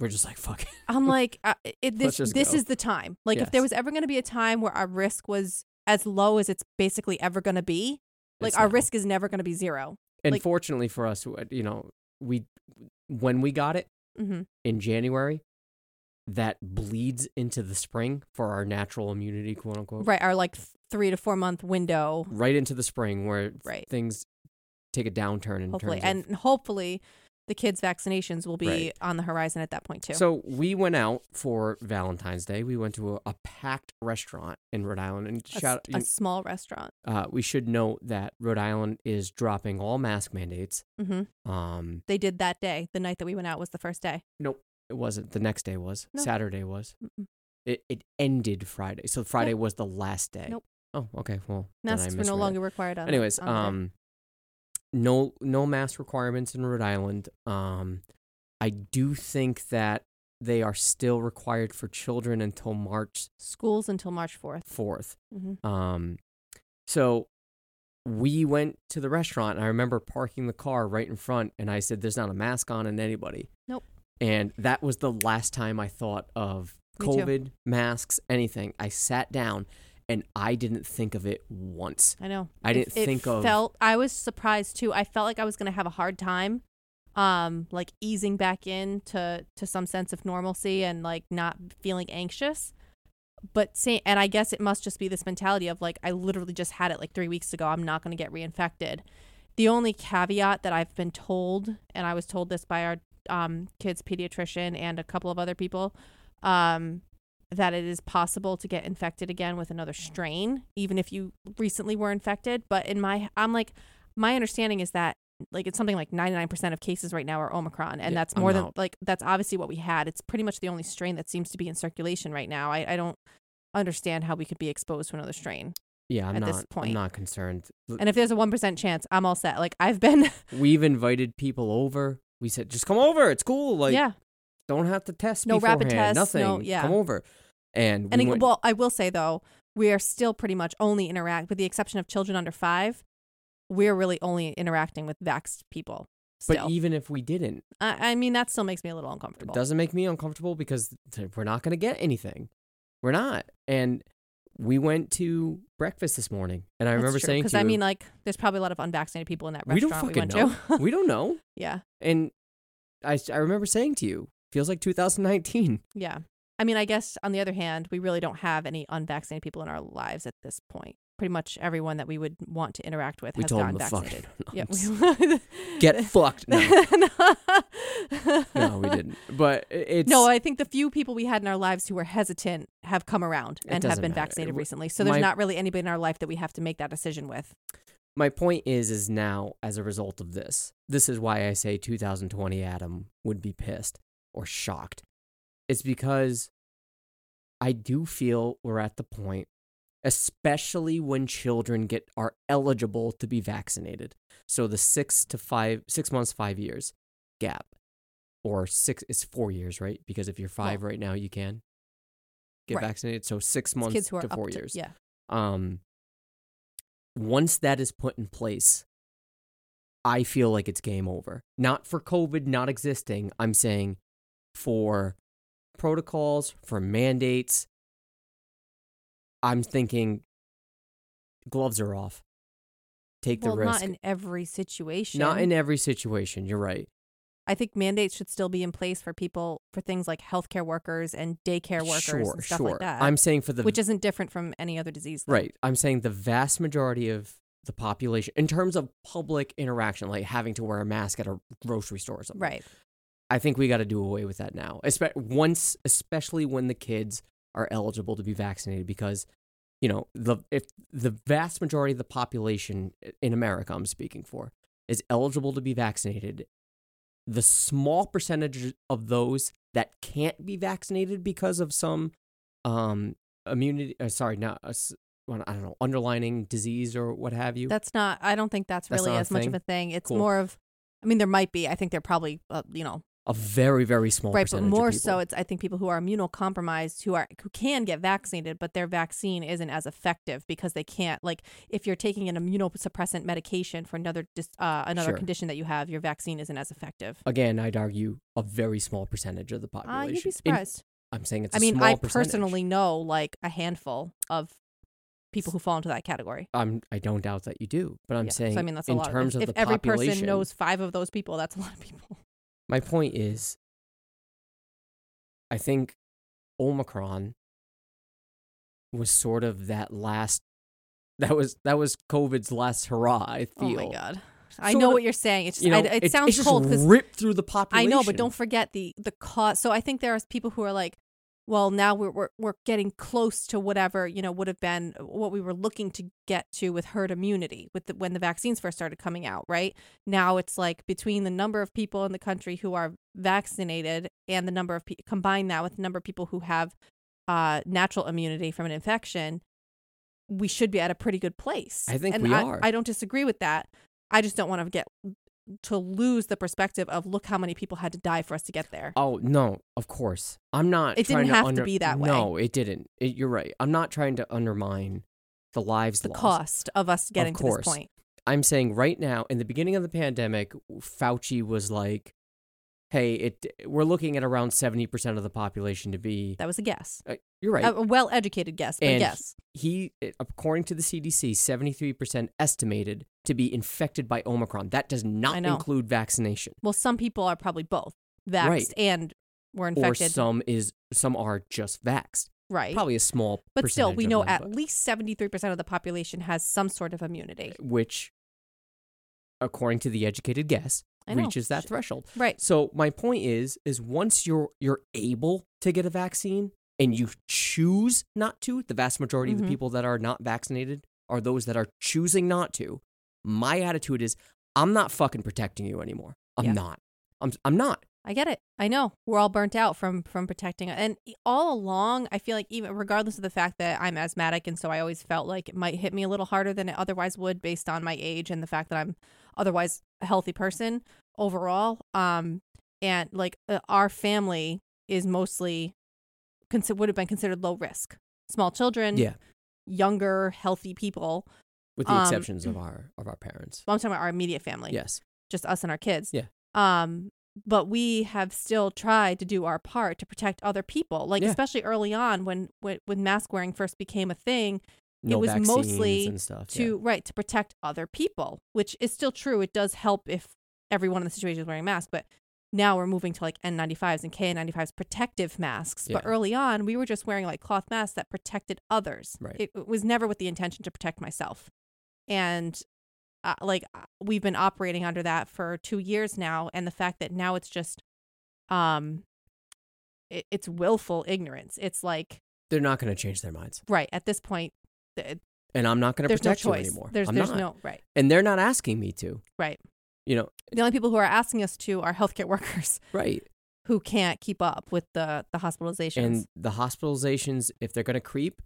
A: we're just like fuck. it.
B: I'm like, uh, it, this
A: Let's just
B: this
A: go.
B: is the time. Like, if there
A: Yes.
B: was ever going to be a time where our risk was as low as it's basically ever going to be, like
A: It's
B: our
A: now.
B: risk is never going to be 0
A: And
B: Like-
A: fortunately for us, w- you know, we when we got it
B: Mm-hmm.
A: in January, that bleeds into the spring for our natural immunity, quote unquote.
B: Right, our like th- three to four month window,
A: Right into the spring where
B: Right.
A: things take a downturn in
B: hopefully,
A: terms
B: and
A: of.
B: hopefully, the kids' vaccinations will be
A: Right.
B: on the horizon at that point too.
A: So we went out for Valentine's Day. We went to a, a packed restaurant in Rhode Island, and
B: a, s-
A: shout
B: a small restaurant.
A: uh, we should note that Rhode Island is dropping all mask mandates.
B: hmm
A: Um,
B: They did that day. The night that we went out was the first day.
A: it wasn't the next day was
B: No.
A: Saturday was
B: Mm-mm.
A: it, it ended Friday. So Friday was the last day.
B: Nope.
A: Oh, okay. Well, then I
B: Masks were no
A: misread it.
B: longer required. On,
A: Anyways,
B: on the day.
A: um, no no mask requirements in Rhode Island. Um, I do think that they are still required for children until March
B: schools until March fourth.
A: fourth.
B: hmm
A: Um, so we went to the restaurant. And I remember parking the car right in front, and I said, "There's not a mask on in anybody."
B: Nope.
A: And that was the last time I thought of
B: Me too.
A: COVID masks, anything. I sat down, and I didn't think of it once.
B: I know.
A: I didn't
B: it
A: think of-
B: felt I was surprised too. I felt like I was gonna have a hard time, um, like easing back in to to some sense of normalcy and like not feeling anxious. But say, and I guess it must just be this mentality of like I literally just had it like three weeks ago. I'm not gonna get reinfected. The only caveat that I've been told, and I was told this by our um, kids pediatrician and a couple of other people, um, that it is possible to get infected again with another strain, even if you recently were infected. But in my, I'm like, my understanding is that like it's something like 99% of cases right now are Omicron, and
A: Yeah,
B: that's
A: I'm
B: more than
A: out.
B: like that's obviously what we had. It's pretty much the only strain that seems to be in circulation right now. I, I don't understand how we could be exposed to another strain.
A: Yeah, I'm
B: at
A: not.
B: this point.
A: I'm not concerned. L-
B: And if there's a 1% chance, I'm all set. Like I've been,
A: We've invited people over. We said, just come over. It's cool. Like,
B: yeah.
A: don't have to test.
B: No rapid
A: beforehand,
B: tests,
A: Nothing.
B: no- yeah.
A: Come over. And we
B: And it-
A: went,
B: well, I will say though, we are still pretty much only interact with the exception of children under five. We're really only interacting with vaxxed people.
A: but
B: Still,
A: even if we didn't,
B: I, I mean that still makes me a little
A: it
B: uncomfortable.
A: doesn't make me uncomfortable because th- we're not going to get anything. We're not. And we went to breakfast this morning, and I remember saying
B: because
A: to
B: I
A: you,
B: mean like there's probably a lot of unvaccinated people in that
A: we don't
B: restaurant we
A: fucking
B: went
A: know.
B: to.
A: we don't know.
B: yeah,
A: And I, s- I remember saying to you, feels like 2019.
B: yeah. I mean, I guess on the other hand, we really don't have any unvaccinated people in our lives at this point. Pretty much everyone that we would want to interact with
A: We
B: has
A: told
B: gotten
A: them to fuck.
B: vaccinated.
A: No,
B: yeah,
A: I'm just-
B: we-
A: get fucked. No, no,
B: no,
A: we didn't. But i- it's
B: No, I think the few people we had in our lives who were hesitant have come around
A: It
B: and have
A: doesn't
B: been
A: matter.
B: vaccinated
A: W-
B: recently. So there's
A: my-
B: not really anybody in our life that we have to make that decision with.
A: my point is is now as a result of this this is why i say 2020 adam would be pissed or shocked it's because i do feel we're at the point especially when children get are eligible to be vaccinated so the 6 to 5 6 months 5 years gap or 6 is 4 years right because if you're 5 right now you can get
B: Right.
A: vaccinated so 6
B: It's
A: months
B: kids who are
A: to
B: up
A: 4
B: to-
A: years
B: Yeah.
A: um once that is put in place i feel like it's game over not for covid not existing i'm saying for protocols for mandates i'm thinking gloves are off take the
B: Well,
A: risk
B: not in every situation.
A: Not in every situation you're right
B: I think mandates should still be in place for people for things like healthcare workers and daycare workers
A: sure,
B: and stuff
A: sure.
B: like that.
A: I'm saying for the
B: which isn't different from any other disease. though.
A: Right. I'm saying the vast majority of the population, in terms of public interaction, like having to wear a mask at a grocery store or something.
B: Right.
A: I think we got to do away with that now. Espe- once, especially when the kids are eligible to be vaccinated, because you know the if the vast majority of the population in America, I'm speaking for, is eligible to be vaccinated. The small percentage of those that can't be vaccinated because of some um, immunity, uh, sorry, not uh, s- well, I don't know, underlining disease or what have you.
B: That's not. I don't think that's
A: That's
B: really
A: not a
B: as much of
A: thing?
B: a thing. It's
A: Cool.
B: more of. I mean, there might be. I think they're probably, uh, you know,
A: a very, very small
B: right, but
A: percentage. of
B: more
A: people.
B: so, it's I think people who are immunocompromised who are who can get vaccinated, but their vaccine isn't as effective because they can't. Like, if you're taking an immunosuppressant medication for another dis, uh, another
A: Sure.
B: condition that you have, your vaccine isn't as effective.
A: again, I'd argue a very small percentage of the
B: Uh,
A: population.
B: you'd be
A: In-
B: surprised.
A: I'm saying it's.
B: I
A: a
B: mean,
A: small
B: I
A: percentage.
B: personally know like a handful of people who fall into that category.
A: I'm. I don't doubt that you do, but I'm
B: Yeah.
A: saying.
B: so I mean, that's a
A: in
B: lot.
A: terms
B: if
A: of
B: if
A: the
B: every person
A: population-
B: knows five of those people, that's a lot of people.
A: My point is, I think Omicron was sort of that last. That was that was COVID's last hurrah. I
B: Oh
A: feel.
B: my god! I
A: Sort
B: know
A: of-
B: what you're saying. It's just,
A: You know,
B: I, it, sounds
A: it's just
B: cold because
A: ripped through the
B: I
A: population.
B: know, but don't forget the the cause. So I think there are people who are like, well, now we're we're, we're getting close to whatever you know would have been what we were looking to get to with herd immunity with the, when the vaccines first started coming out. Right now, it's like between the number of people in the country who are vaccinated and the number of pe- combine that with the number of people who have uh, natural immunity from an infection, we should be at a pretty good place.
A: I think
B: and
A: we
B: I,
A: are.
B: I don't disagree with that. I just don't want to get to lose the perspective of look how many people had to die for us to get there.
A: Oh no, of course. I'm not.
B: It didn't
A: trying
B: have to
A: under-
B: be that way.
A: No, it didn't. It, you're right. I'm not trying to undermine the lives
B: The
A: lost.
B: cost of us getting to this
A: course.
B: point.
A: I'm saying right now, in the beginning of the pandemic, Fauci was like, "Hey, it we're looking at around seventy percent of the population to be."
B: That Oh. was a guess.
A: Uh, you're right.
B: A- A well educated guess, but
A: And
B: yes.
A: he, eh, according to the CDC, seventy three percent estimated to be infected by Omicron. That does not
B: know.
A: include vaccination,
B: Well, some people are probably both vaxxed
A: Right.
B: and were
A: or
B: infected.
A: some is some are just vaxxed.
B: right.
A: Probably a small,
B: but still, we
A: percentage of
B: know
A: them,
B: at
A: but-
B: least 73% of the population has some sort of immunity.
A: which, according to the educated guess,
B: I know.
A: reaches that threshold.
B: Right.
A: So my point is, is once you're you're able to get a vaccine and you choose not to, the vast majority of
B: Mhm.
A: the people that are not vaccinated are those that are choosing not to. My attitude is, I'm not fucking protecting you anymore. I'm
B: Yeah.
A: not. I'm I'm not.
B: I get it. I know. We're all burnt out from from protecting and e, all along I feel like even regardless of the fact that I'm asthmatic and so I always felt like it might hit me a little harder than it otherwise would based on my age and the fact that I'm otherwise a healthy person overall um and like uh, our family is mostly consi- would have been considered low risk. Small children,
A: Yeah,
B: younger, healthy people.
A: with the
B: Um,
A: exceptions of our of our parents.
B: Well, I'm talking about our immediate family
A: Yes.
B: just us and our kids.
A: Yeah.
B: Um, but we have still tried to do our part to protect other people. Like
A: Yeah.
B: especially early on when, when when mask wearing first became a thing
A: No
B: was
A: vaccines
B: mostly
A: and stuff.
B: to
A: yeah.
B: right to protect other people, which is still true. It does help if everyone in the situation is wearing a mask, but now we're moving to like N95s and K95s protective masks. But
A: Yeah.
B: early on, we were just wearing like cloth masks that protected others.
A: Right.
B: It, it was never with the intention to protect myself. And uh, like uh, we've been operating under that for two years now, and the fact that now it's just, um, it, it's willful ignorance. It's like
A: They're not going to change their minds,
B: right at this point, th-
A: and I'm not going to
B: there's no
A: protect you
B: choice.
A: anymore.
B: There's
A: I'm
B: there's
A: not.
B: no right.
A: and they're not asking me to.
B: Right.
A: You know,
B: The only people who are asking us to are healthcare workers
A: right.
B: who can't keep up with the the hospitalizations.
A: And the hospitalizations, if they're going to creep,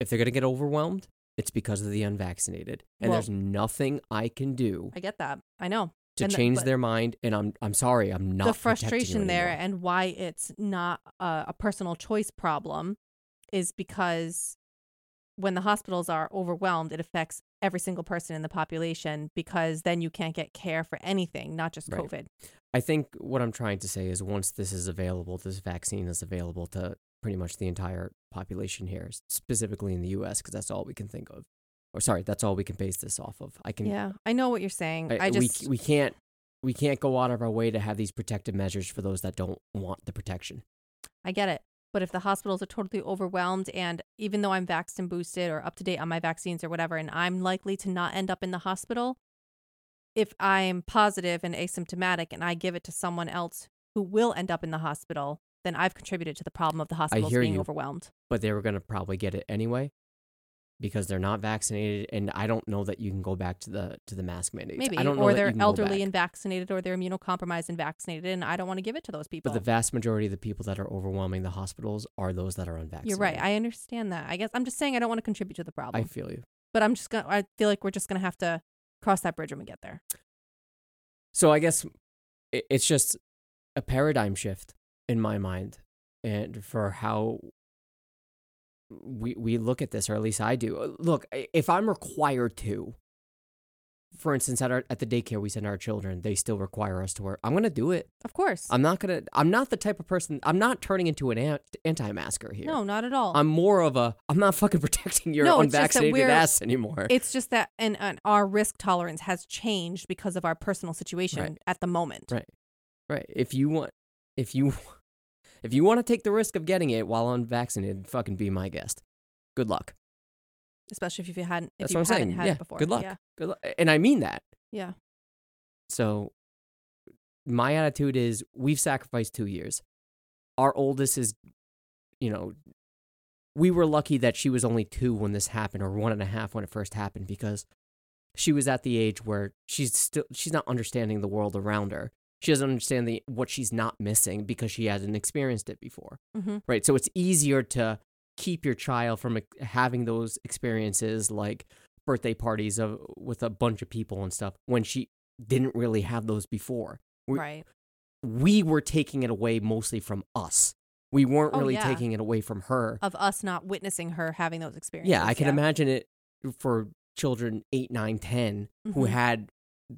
A: if they're going to get overwhelmed, it's because of the unvaccinated. And
B: Well-
A: there's nothing I can do
B: I get that. I know.
A: to
B: and the-
A: change
B: but-
A: their mind. And I'm I'm sorry, I'm not
B: the
A: protecting you
B: frustration there
A: anymore.
B: and why it's not a, a personal choice problem is because when the hospitals are overwhelmed, it affects every single person in the population because then you can't get care for anything, not just
A: Right.
B: COVID.
A: I think what I'm trying to say is once this is available, this vaccine is available to pretty much the entire population here, s- specifically in the U.S., because that's all we can think of. Or sorry, that's all we can base this off of. I can.
B: Yeah, I know what you're saying. I,
A: I-
B: just
A: we we can't we can't go out of our way to have these protective measures for those that don't want the protection.
B: I get it. But if the hospitals are totally overwhelmed, and even though I'm vaxxed and boosted or up to date on my vaccines or whatever, and I'm likely to not end up in the hospital, if I'm positive and asymptomatic and I give it to someone else who will end up in the hospital, then I've contributed to the problem of the hospitals
A: hear
B: being
A: you.
B: overwhelmed.
A: But they were going to probably get it anyway because they're not vaccinated and I don't know that you can go back to the to the mask mandates.
B: Maybe.
A: I don't know
B: or
A: that you
B: they're
A: can go
B: elderly
A: back.
B: and vaccinated, or they're immunocompromised and vaccinated, and I don't want to give it to those people.
A: but the vast majority of the people that are overwhelming the hospitals are those that are unvaccinated.
B: You're right. I understand that. I guess I'm just saying I don't want to contribute to the
A: I
B: problem.
A: feel you.
B: but I'm just going to, I feel like we're just going to have to cross that bridge when we get there.
A: So I guess i- it's just a paradigm shift in my mind and for how we we look at this or at least I do. Uh, Look, i- if I'm required to for instance at our at the daycare we send our children, they still require us to wear. I'm going to do it.
B: Of course.
A: I'm not going to I'm not the type of person I'm not turning into an ant, anti-masker here.
B: No, not at all.
A: I'm more of a I'm not fucking protecting your
B: No, it's just that
A: unvaccinated
B: we're-
A: ass anymore.
B: it's just that and, and our risk tolerance has changed because of our personal situation
A: Right.
B: at the moment.
A: Right. Right. If you want, if you, if you want to take the risk of getting it while unvaccinated, fucking be my guest. Good luck.
B: Especially if you hadn't if
A: That's
B: you
A: what I'm
B: hadn't
A: saying.
B: had
A: yeah.
B: it before.
A: Good luck.
B: Yeah.
A: Good luck. And I mean that.
B: Yeah.
A: So, my attitude is we've sacrificed two years. Our oldest is, you know, we were lucky that she was only two when this happened, or one and a half when it first happened, because she was at the age where she's still she's not understanding the world around her. She doesn't understand the what she's not missing because she hasn't experienced it before
B: Mm-hmm.
A: right? So it's easier to keep your child from ex- having those experiences like birthday parties of with a bunch of people and stuff when she didn't really have those before. We-
B: Right.
A: We were taking it away mostly from us. We weren't
B: Oh,
A: really
B: yeah.
A: taking it away from her.
B: Of us not witnessing her having those experiences.
A: yeah, I can imagine it for children 8, 9, 10 who
B: Mhm.
A: had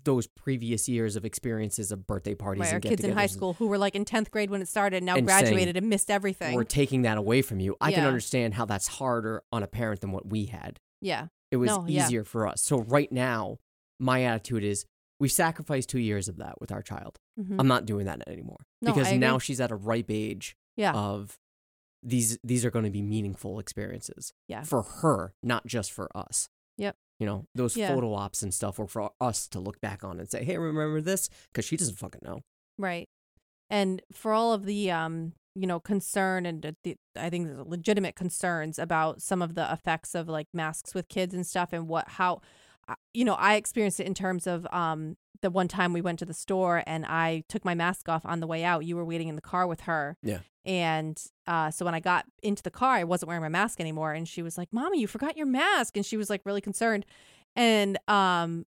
A: those previous years of experiences of birthday parties
B: Right,
A: and
B: our kids in
A: get-togethers
B: high
A: and
B: school who were like in tenth grade when it started, now
A: And saying,
B: graduated and missed everything.
A: We're taking that away from you. I can
B: Yeah.
A: understand how that's harder on a parent than what we had.
B: yeah,
A: It was
B: No, yeah.
A: easier for us. So right now, my attitude is we sacrificed two years of that with our child.
B: Mhm.
A: I'm not doing that anymore
B: No,
A: because
B: I
A: now
B: agree.
A: she's at a ripe age
B: yeah,
A: of these. These are going to be meaningful experiences
B: Yeah.
A: for her, not just for us.
B: Yep.
A: You know those
B: Yeah.
A: photo ops and stuff were for us to look back on and say, "Hey, remember this?" Because she doesn't fucking know.
B: right. And for all of the um, you know, concern and the- the, I think there's legitimate concerns about some of the effects of like masks with kids and stuff, and what how, I- you know, I experienced it in terms of um the one time we went to the store and I took my mask off on the way out. You were waiting in the car with her.
A: Yeah.
B: And uh, so when I got into the car, I wasn't wearing my mask anymore, and she was like, "Mommy, you forgot your mask," and she was like really concerned, and um,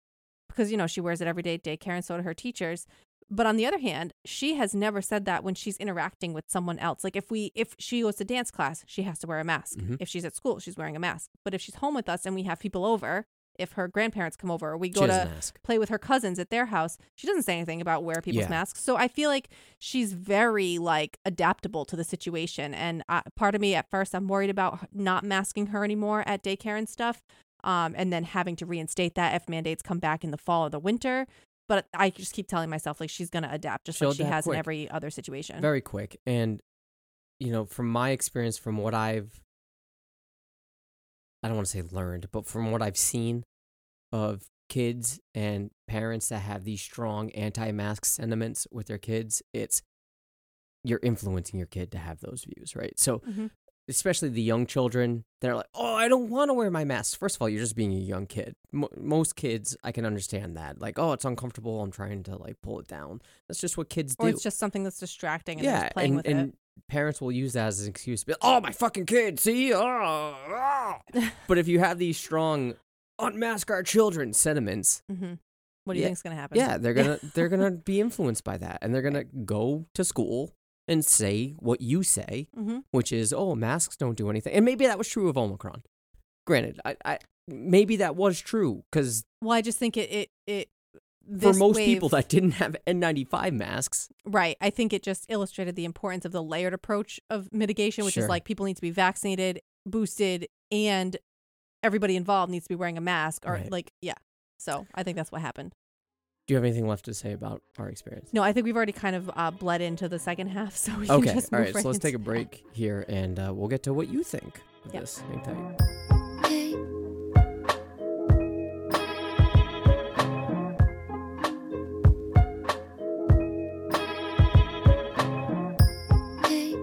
B: because you know she wears it every day at daycare, and so do her teachers. But on the other hand, she has never said that when she's interacting with someone else. Like if we if she goes to dance class, she has to wear a mask.
A: Mhm.
B: If she's at school, she's wearing a mask. But if she's home with us and we have people over, if her grandparents come over, or we go
A: she
B: to
A: doesn't ask.
B: play with her cousins at their house. She doesn't say anything about wear people's
A: Yeah.
B: masks. So I feel like she's very like adaptable to the situation. And uh, part of me at first, I'm worried about h- not masking her anymore at daycare and stuff. Um, and then having to reinstate that if mandates come back in the fall or the winter. But I just keep telling myself like she's gonna adapt just
A: She'll
B: like she
A: adapt
B: has
A: quick.
B: in every other situation.
A: very quick and you know from my experience from what i've i don't want to say learned but from what i've seen of kids and parents that have these strong anti-mask sentiments with their kids it's you're influencing your kid to have those views right so
B: Mhm.
A: especially the young children they're like oh i don't want to wear my mask first of all you're just being a young kid Mo most kids i can understand that like oh it's uncomfortable i'm trying to like pull it down that's just what kids do
B: or it's just something that's distracting and they're just playing
A: and,
B: with
A: and parents will use that as an excuse. to be like, oh, my fucking kid, see? Oh, ah." but if you have these strong unmask our children sentiments,
B: it. hmm What do you
A: Yeah.
B: think's gonna happen?
A: yeah, they're gonna they're gonna be influenced by that, and they're gonna go to school and say what you say,
B: hmm
A: which is, oh, masks don't do anything. And maybe that was true of Omicron. Granted, I, I maybe that was true because
B: Well, I just think it it it
A: for
B: this
A: most
B: wave-
A: people that didn't have N95 masks,
B: Right. I think it just illustrated the importance of the layered approach of mitigation, which
A: Sure.
B: is like people need to be vaccinated, boosted, and everybody involved needs to be wearing a mask or
A: Right.
B: like, yeah. So I think that's what happened.
A: Do you have anything left to say about our experience?
B: No, I think we've already kind of uh, bled into the second half, so we
A: okay.
B: can just
A: All
B: move
A: right. So let's
B: into
A: take a
B: that.
A: break here, and uh, we'll get to what you think of
B: Yep.
A: this. Hang tight.
C: Hey. Hey.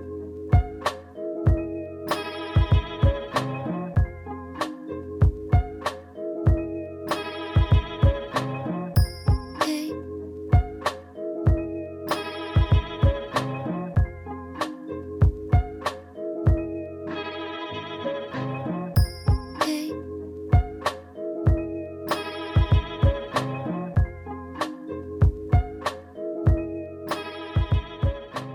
C: Hey. Hey.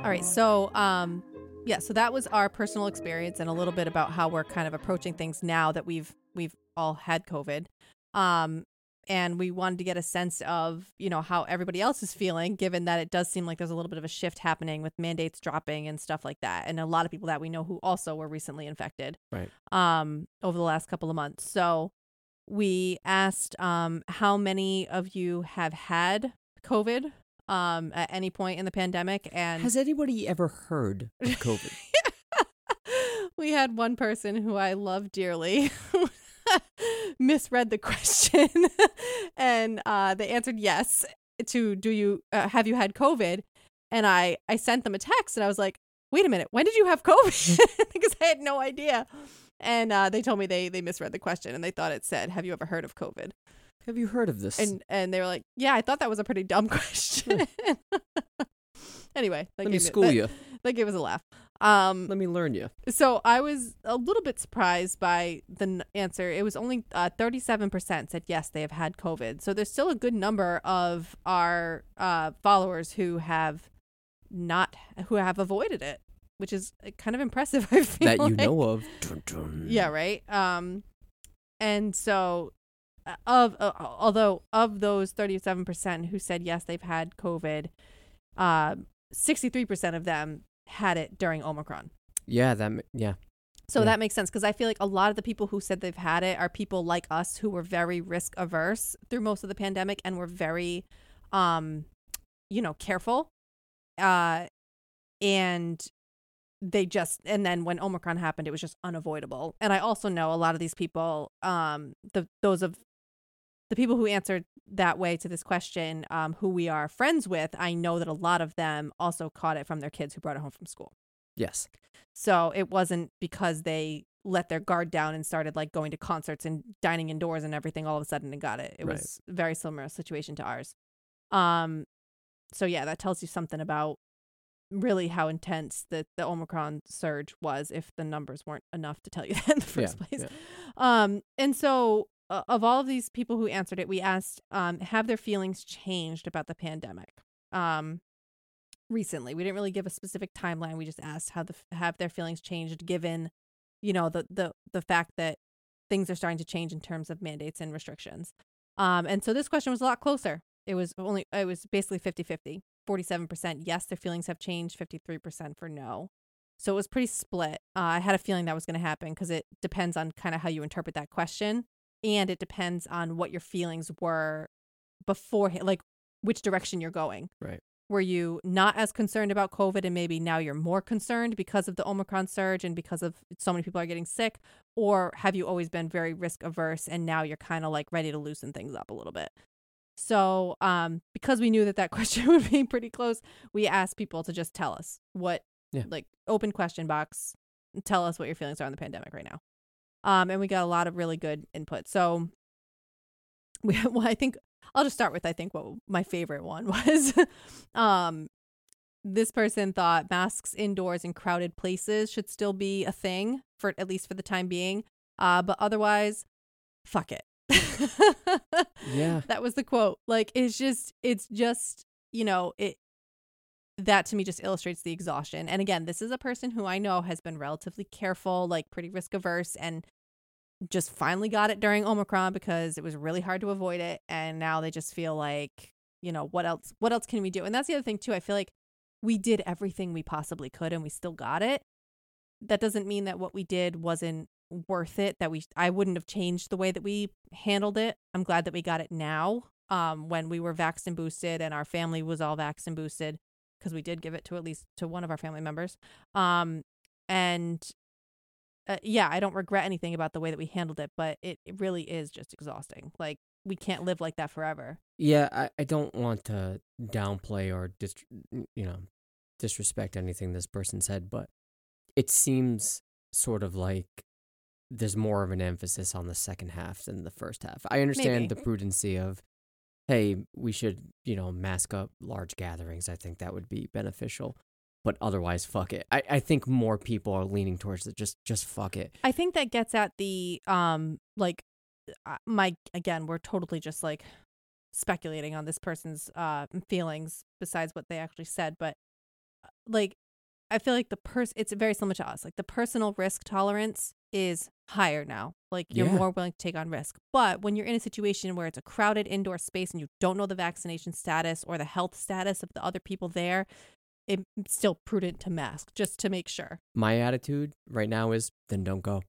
B: All right. So, um, yeah. So that was our personal experience and a little bit about how we're kind of approaching things now that we've we've all had COVID. Um, and we wanted to get a sense of you know how everybody else is feeling, given that it does seem like there's a little bit of a shift happening with mandates dropping and stuff like that, and a lot of people that we know who also were recently infected.
A: Right.
B: Um, over the last couple of months. So we asked um how many of you have had COVID um at any point in the pandemic and
A: Has anybody ever heard of COVID?
B: we had one person who I love dearly misread the question and uh, they answered yes to do you uh, have you had COVID? And I I sent them a text and I was like, wait a minute, when did you have COVID? because I had no idea. And uh, they told me they they misread the question and they thought it said, have you ever heard of COVID?
A: have you heard of this?
B: And and they were like, yeah, I thought that was a pretty dumb question. anyway,
A: Hmm.
B: that
A: Let me
B: gave
A: school
B: that,
A: you.
B: That gave us a laugh. Um,
A: Let me learn you.
B: so I was a little bit surprised by the n- answer. It was only uh, 37% said yes, they have had COVID. So there's still a good number of our uh, followers who have not, who have avoided it, which is uh, kind of impressive. I feel
A: That you
B: like.
A: know of. Dun, dun.
B: Yeah, right. Um, and so uh, of uh, although of those 37% who said yes, they've had COVID, uh, 63% of them had it during Omicron.
A: Yeah. That. ma- Yeah.
B: So
A: Yeah.
B: that makes sense because I feel like a lot of the people who said they've had it are people like us who were very risk averse through most of the pandemic and were very, um, you know, careful. Uh, and they just and then when Omicron happened, it was just unavoidable. And I also know a lot of these people, um, the those of the people who answered that way to this question, um, who we are friends with, I know that a lot of them also caught it from their kids who brought it home from school.
A: Yes.
B: So it wasn't because they let their guard down and started like going to concerts and dining indoors and everything all of a sudden and got it. It
A: Right.
B: was a very similar situation to ours. Um so yeah, that tells you something about really how intense the, the Omicron surge was if the numbers weren't enough to tell you that in the first
A: yeah,
B: place.
A: yeah.
B: Um, and so, uh, of all of these people who answered it, we asked, um, have their feelings changed about the pandemic? Um, recently, we didn't really give a specific timeline. We just asked how the have their feelings changed given, you know, the the the fact that things are starting to change in terms of mandates and restrictions. Um, and so this question was a lot closer. It was only it was basically 50-50. 47% yes, their feelings have changed, 53% for no. So it was pretty split. Uh, I had a feeling that was going to happen because it depends on kind of how you interpret that question. And it depends on what your feelings were beforehand, like which direction you're going.
A: Right.
B: Were you not as concerned about COVID and maybe now you're more concerned because of the Omicron surge and because of so many people are getting sick? Or have you always been very risk averse and now you're kind of like ready to loosen things up a little bit? So, um, because we knew that that question would be pretty close, we asked people to just tell us what like open question box tell us what your feelings are on the pandemic right now um and we got a lot of really good input so we well i think i'll just start with i think what my favorite one was um this person thought masks indoors in crowded places should still be a thing for at least for the time being uh but otherwise fuck it
A: Yeah.
B: that was the quote like it's just it's just you know it that to me just illustrates the exhaustion. And again, this is a person who I know has been relatively careful, like pretty risk averse, and just finally got it during Omicron because it was really hard to avoid it. And now they just feel like, you know, what else? What else can we do? And that's the other thing too. I feel like we did everything we possibly could, and we still got it. That doesn't mean that what we did wasn't worth it. That we, I wouldn't have changed the way that we handled it. I'm glad that we got it now um, when we were vaccine boosted and our family was all vaccine boosted because we did give it to at least to one of our family members. Um, and uh, yeah, I don't regret anything about the way that we handled it, but it, it really is just exhausting. Like we can't live like that forever.
A: Yeah, I, I don't want to downplay or dis- you know disrespect anything this person said, but it seems sort of like there's more of an emphasis on the second half than the first half. I understand
B: Maybe.
A: the prudency of hey, we should, you know, mask up large gatherings. I think that would be beneficial. But otherwise, fuck it. I, I think more people are leaning towards the just just fuck it.
B: I think that gets at the um like uh, my again we're totally just like speculating on this person's uh feelings besides what they actually said but uh, like I feel like the person it's very similar to us like the personal risk tolerance is higher now like you're
A: Yeah.
B: more willing to take on risk but when you're in a situation where it's a crowded indoor space and you don't know the vaccination status or the health status of the other people there it- it's still prudent to mask just to make sure
A: My attitude right now is then don't go.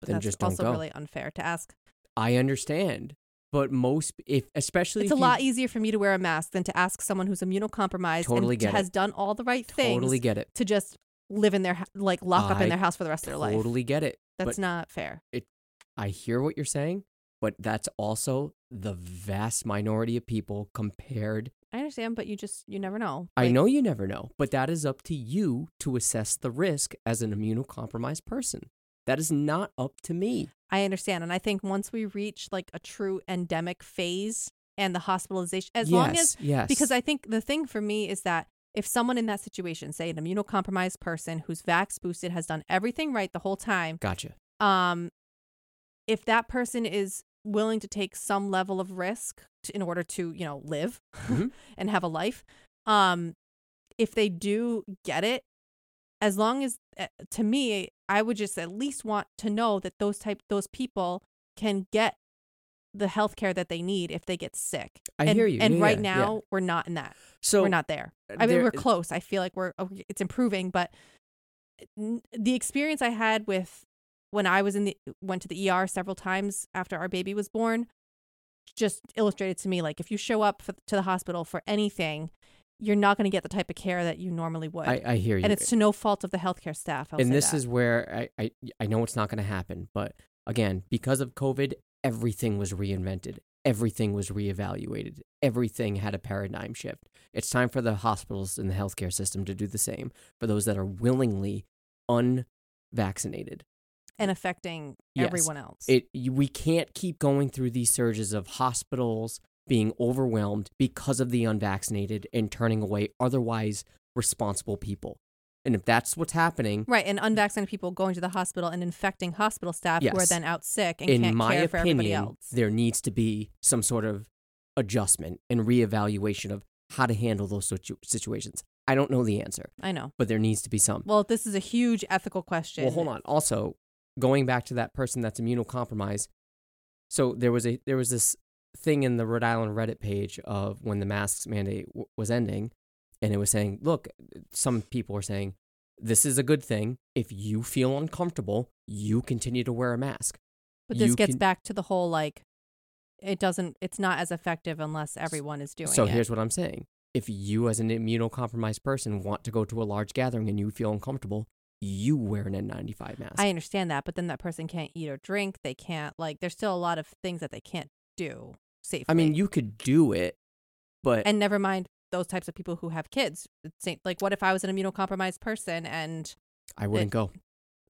B: but
A: Then
B: that's
A: just don't
B: also
A: go.
B: really unfair to ask
A: I understand. But most if especially
B: It's
A: if
B: a
A: you-
B: lot easier for me to wear a mask than to ask someone who's immunocompromised
A: Totally
B: and
A: get it.
B: has done all the right things
A: totally get it.
B: to just live in their hou- like lock up
A: I
B: in their house for the rest of their life.
A: Totally get it.
B: That's
A: but-
B: not fair.
A: I hear what you're saying, but that's also the vast minority of people compared.
B: I understand, but you just you never know.
A: I
B: Like,
A: know you never know, but that is up to you to assess the risk as an immunocompromised person. That is not up to me.
B: I understand, and I think once we reach like a true endemic phase and the hospitalization, as
A: yes,
B: long as
A: yes,
B: because I think the thing for me is that if someone in that situation, say an immunocompromised person who's vax boosted, has done everything right the whole time,
A: gotcha.
B: um, if that person is willing to take some level of risk to, in order to you know live
A: Mhm.
B: and have a life um if they do get it as long as uh, to me i would just at least want to know that those type those people can get the health care that they need if they get sick
A: I
B: and,
A: hear you.
B: and
A: Yeah,
B: right
A: yeah, yeah.
B: now we're not in that
A: So
B: we're not there I mean,
A: there-
B: we're close. I feel like we're okay, it's improving, but eh, n- the experience I had with when I was in the went to the ER several times after our baby was born just illustrated to me like if you show up for, to the hospital for anything, you're not going to get the type of care that you normally would,
A: I, I hear you.
B: and it's to no fault of the healthcare staff. I'll
A: and
B: say
A: this
B: that.
A: is where I, I, I know it's not going to happen, but again, because of COVID, everything was reinvented, everything was reevaluated, everything had a paradigm shift. It's time for the hospitals and the healthcare system to do the same for those that are willingly unvaccinated.
B: and affecting
A: Yes.
B: everyone else.
A: It you- we can't keep going through these surges of hospitals being overwhelmed because of the unvaccinated and turning away otherwise responsible people. And if that's what's happening,
B: Right, and unvaccinated people going to the hospital and infecting hospital staff who are
A: Yes.
B: then out sick and
A: in
B: can't
A: my
B: care for everybody
A: opinion,
B: else.
A: there needs to be some sort of adjustment and reevaluation of how to handle those situ- situations. I don't know the answer,
B: I know.
A: but there needs to be some.
B: Well, this is a huge ethical question.
A: Well, hold on. Also, going back to that person that's immunocompromised. So there was a there was this thing in the Rhode Island Reddit page of when the masks mandate w- was ending, and it was saying, look, some people are saying this is a good thing. If you feel uncomfortable, you continue to wear a mask.
B: But this
A: you
B: gets
A: can-
B: back to the whole like it doesn't it's not as effective unless everyone is doing
A: So
B: it.
A: here's what I'm saying. If you, as an immunocompromised person, want to go to a large gathering and you feel uncomfortable, you wear an N95 mask.
B: I understand that, but then that person can't eat or drink, they can't like there's still a lot of things that they can't do safely.
A: I mean, you could do it, but
B: and never mind those types of people who have kids. It's sa- like what if I was an immunocompromised person and
A: I wouldn't
B: it-
A: go.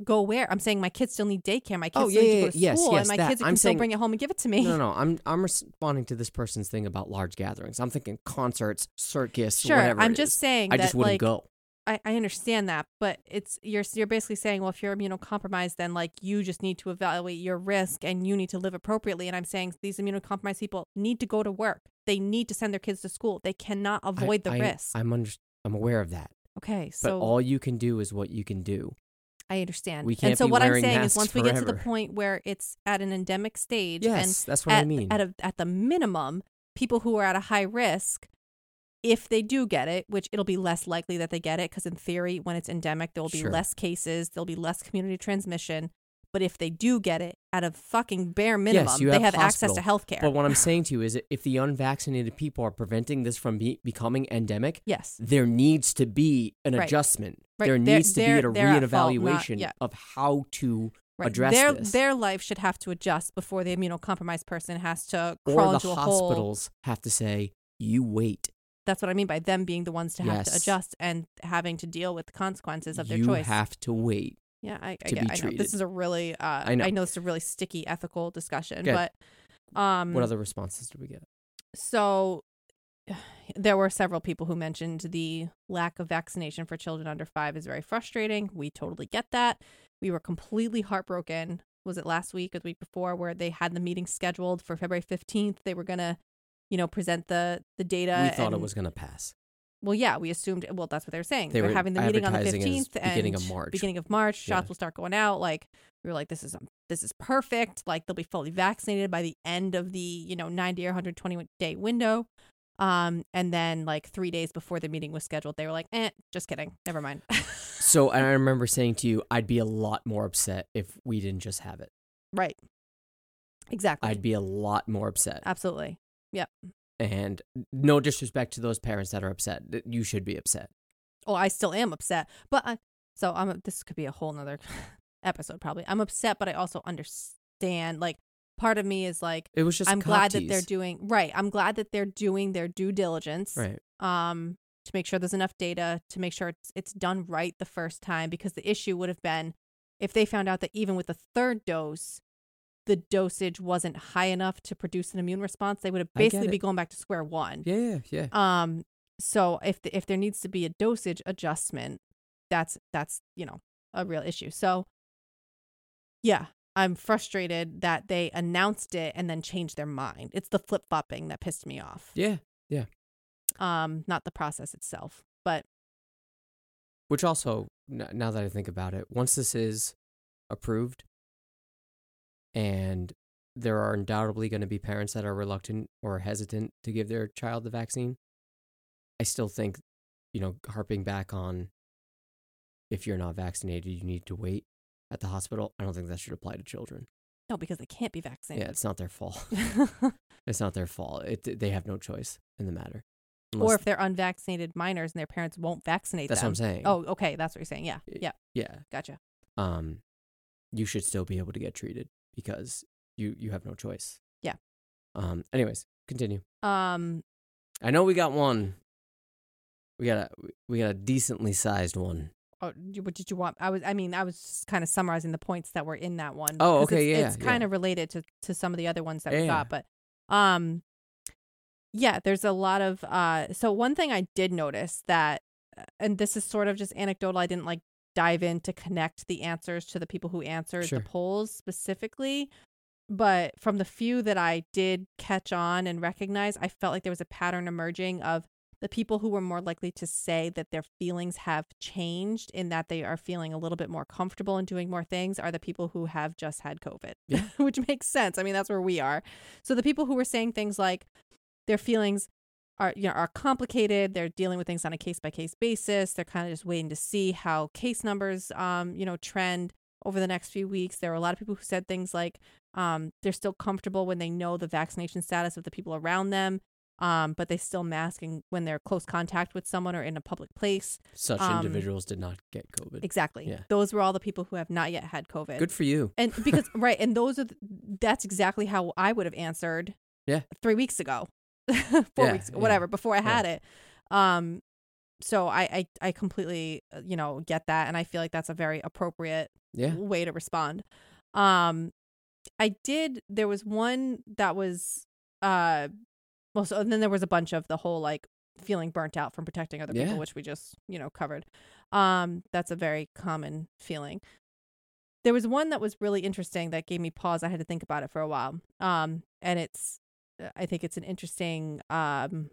B: go where? I'm saying my kids still need daycare, my kids
A: Oh,
B: still
A: yeah,
B: need to
A: yeah,
B: go to
A: yeah. Yes,
B: school,
A: yes,
B: and my
A: that.
B: kids
A: I'm
B: can still
A: saying-
B: bring it home and give it to me.
A: No, no, no. I'm I'm responding to this person's thing about large gatherings. I'm thinking concerts, circus,
B: Sure,
A: whatever.
B: I'm
A: it
B: just
A: is.
B: saying
A: I
B: that
A: just wouldn't
B: like
A: go.
B: I, I understand that, but it's you're you're basically saying, well, if you're immunocompromised, then like you just need to evaluate your risk and you need to live appropriately. And I'm saying these immunocompromised people need to go to work. They need to send their kids to school. They cannot
A: I-
B: avoid the
A: I,
B: risk.
A: I'm under, I'm aware of that.
B: okay,
A: But
B: so
A: all you can do is what you can do.
B: I understand.
A: we
B: and
A: can't
B: so
A: be
B: what I'm
A: wearing
B: saying is,
A: masks
B: once we get to the
A: forever.
B: point where it's at an endemic stage, and
A: Yes, that's what
B: at,
A: I mean.
B: At, a, at the minimum, people who are at a high risk, if they do get it, which it'll be less likely that they get it, because in theory, when it's endemic, there will be
A: Sure.
B: less cases, there'll be less community transmission. But if they do get it, at a fucking bare minimum,
A: you
B: they
A: have
B: have access to health care.
A: But what I'm saying to you is that if the unvaccinated people are preventing this from be- becoming endemic,
B: yes.
A: there needs to be an
B: Right.
A: adjustment.
B: Right.
A: There
B: They're-
A: needs
B: they're-
A: to be a
B: they're at fault, not-
A: reevaluation
B: yeah.
A: of how to
B: Right.
A: address
B: their
A: this.
B: their life should have to adjust before the immunocompromised person has to crawl
A: or the
B: into a hole.
A: hospitals have to say, you wait.
B: That's what I mean by them being the ones to have to
A: Yes.
B: adjust and having to deal with the consequences of their
A: you
B: choice.
A: have to wait.
B: yeah, I, I,
A: to be
B: get- I know. This
A: treated.
B: is a really uh, I, know.
A: know.
B: this is a really sticky ethical discussion,
A: Good.
B: but um,
A: What other responses did we get?
B: so there were several people who mentioned the lack of vaccination for children under five is very frustrating. We totally get that. We were completely heartbroken. Was it last week or the week before where they had the meeting scheduled for February fifteenth? They were gonna, you know, present the the data.
A: we thought it
B: and-
A: was going to pass.
B: Well, yeah, we assumed. Well, that's what they were saying.
A: They
B: They're
A: were
B: having the meeting on the
A: advertising it as
B: fifteenth and
A: beginning of March.
B: Beginning of March, shots
A: Yeah.
B: will start going out. Like we were like, this is um, this is perfect. Like they'll be fully vaccinated by the end of the you know ninety or one hundred twenty day window. Um, and then like three days before the meeting was scheduled, they were like, eh, just kidding, never mind.
A: So and I remember saying to you, I'd be a lot more upset if we didn't just have it.
B: right. Exactly.
A: I'd be a lot more upset.
B: Absolutely.
A: And no disrespect to those parents that are upset. Th- You should be upset.
B: Oh, I still am upset, but I, so I'm. This could be a whole nother episode, probably. I'm upset, but I also understand. Like, part of me is like.
A: It was just
B: I'm
A: a cock
B: glad that they're
A: tease.
B: doing right. I'm glad that they're doing their due diligence
A: Right.
B: um to make sure there's enough data to make sure it's it's done right the first time because the issue would have been if they found out that even with the third dose the dosage wasn't high enough to produce an immune response they would have
A: I get
B: basically be
A: it.
B: going back to square one.
A: Yeah, yeah, yeah.
B: Um so if the, if there needs to be a dosage adjustment that's that's you know a real issue. So yeah, I'm frustrated that they announced it and then changed their mind. It's the flip flopping that pissed me off.
A: Yeah.
B: Um, not the process itself, but
A: Which also, n- now that I think about it, once this is approved, and there are undoubtedly going to be parents that are reluctant or hesitant to give their child the vaccine, I still think, you know, harping back on if you're not vaccinated, you need to wait at the hospital. I don't think that should apply to children.
B: no, because they can't be
A: Yeah,
B: vaccinated.
A: it's not their fault. it's not their fault. It, they have no choice in the matter.
B: or
A: Unless-
B: if they're unvaccinated minors and their parents won't vaccinate
A: that's what
B: them.
A: I'm saying.
B: Oh, okay, that's what you're saying. Yeah,
A: Y-
B: yeah,
A: yeah.
B: gotcha.
A: um, you should still be able to get treated because you you have no choice.
B: Yeah.
A: Um. Anyways, continue.
B: Um,
A: I know we got one. We got a we got a decently sized one.
B: oh, you- what did you want? I was, I mean, I was just kind of summarizing the points that were in that one.
A: Oh,
B: 'cause
A: okay,
B: it's,
A: yeah,
B: it's
A: yeah.
B: kind of related to to some of the other ones that we
A: Yeah.
B: got, but um, yeah, there's a lot of uh. So one thing I did notice that, and this is sort of just anecdotal. I didn't like dive in to connect the answers to the people who answered
A: Sure.
B: the polls specifically. But from the few that I did catch on and recognize, I felt like there was a pattern emerging of the people who were more likely to say that their feelings have changed in that they are feeling a little bit more comfortable and doing more things are the people who have just had COVID,
A: Yeah.
B: which makes sense. I mean, that's where we are. So the people who were saying things like their feelings are you know are complicated. They're dealing with things on a case by case basis. They're kind of just waiting to see how case numbers um you know trend over the next few weeks. There were a lot of people who said things like um they're still comfortable when they know the vaccination status of the people around them. Um, but they still mask and when they're close contact with someone or in a public place.
A: Such
B: Um,
A: individuals did not get COVID.
B: Exactly.
A: Yeah.
B: Those were all the people who have not yet had COVID
A: Good for you.
B: and because right and those are th- that's exactly how i would have answered
A: Yeah.
B: three weeks ago four
A: Yeah,
B: weeks ago
A: yeah,
B: whatever before i
A: yeah.
B: had it um so I, I i completely uh, you know get that and i feel like that's a very appropriate
A: Yeah.
B: way to respond um i did there was one that was uh well so and then there was a bunch of the whole like feeling burnt out from protecting other people
A: Yeah.
B: which we just you know covered um that's a very common feeling there was one that was really interesting that gave me pause i had to think about it for a while um and it's uh, i think it's an interesting um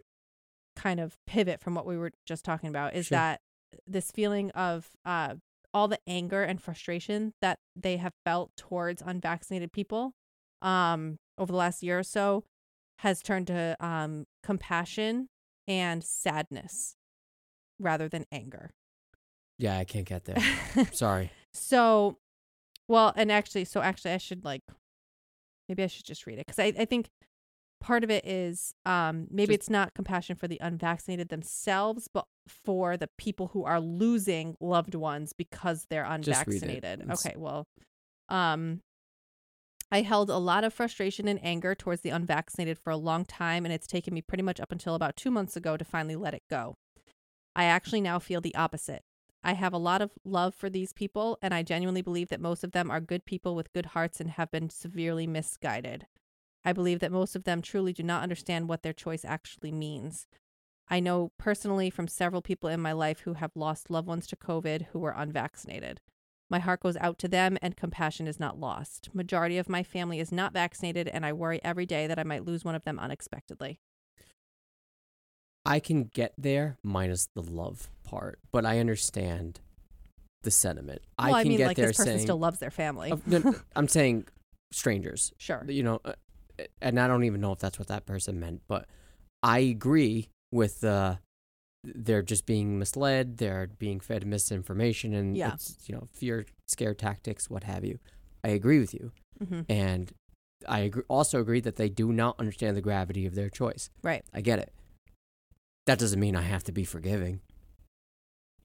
B: kind of pivot from what we were just talking about is
A: Sure.
B: that uh, this feeling of uh all the anger and frustration that they have felt towards unvaccinated people um over the last year or so has turned to um compassion and sadness rather than anger
A: Yeah. I can't get there. Sorry.
B: so Well, and actually, so actually, I should like, maybe I should just read it because I, I think part of it is um, maybe
A: Just-
B: it's not compassion for the unvaccinated themselves, but for the people who are losing loved ones because they're
A: Just read it.
B: unvaccinated.
A: It's-
B: Okay, well, um, I held a lot of frustration and anger towards the unvaccinated for a long time, and it's taken me pretty much up until about two months ago to finally let it go. I actually now feel the opposite. I have a lot of love for these people, and I genuinely believe that most of them are good people with good hearts and have been severely misguided. I believe that most of them truly do not understand what their choice actually means. I know personally from several people in my life who have lost loved ones to COVID who were unvaccinated. My heart goes out to them and compassion is not lost. Majority of my family is not vaccinated and I worry every day that I might lose one of them unexpectedly.
A: I can get there minus the love part, but I understand the sentiment.
B: well,
A: I
B: I
A: can
B: mean
A: get
B: like
A: there
B: this person
A: saying
B: still loves their family.
A: Of- no, no, I'm saying strangers.
B: sure.
A: You know, uh, and I don't even know if that's what that person meant, but I agree with uh, they're just being misled, they're being fed misinformation, and
B: Yeah.
A: it's, you know, fear, scare tactics, what have you. I agree with you,
B: hmm
A: and I agree, also agree that they do not understand the gravity of their choice.
B: Right.
A: I get it. That doesn't mean I have to be forgiving.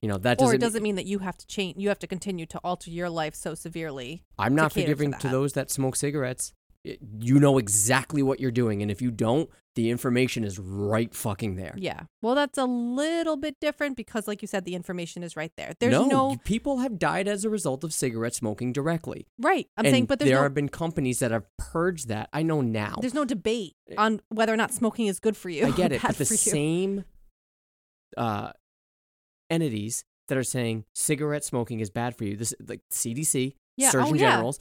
A: You know, that
B: Or
A: doesn't,
B: it doesn't mean that you have to change you have to continue to alter your life so severely.
A: I'm not
B: cater to
A: forgiving to
B: that.
A: those that smoke cigarettes. It- You know exactly what you're doing, and if you don't, the information is right fucking there.
B: Yeah. Well, that's a little bit different because like you said the information is right there. There's
A: no,
B: no,
A: you- people have died as a result of cigarette smoking directly.
B: right. I'm
A: and
B: saying but there's
A: there
B: no
A: have been companies that have purged that. I know now.
B: there's no debate on whether or not smoking is good for you.
A: Eh. I get it.
B: bad
A: But the
B: for you.
A: same uh, entities that are saying cigarette smoking is bad for you, this like CDC,
B: Yeah, oh,
A: Surgeon
B: yeah.
A: Generals,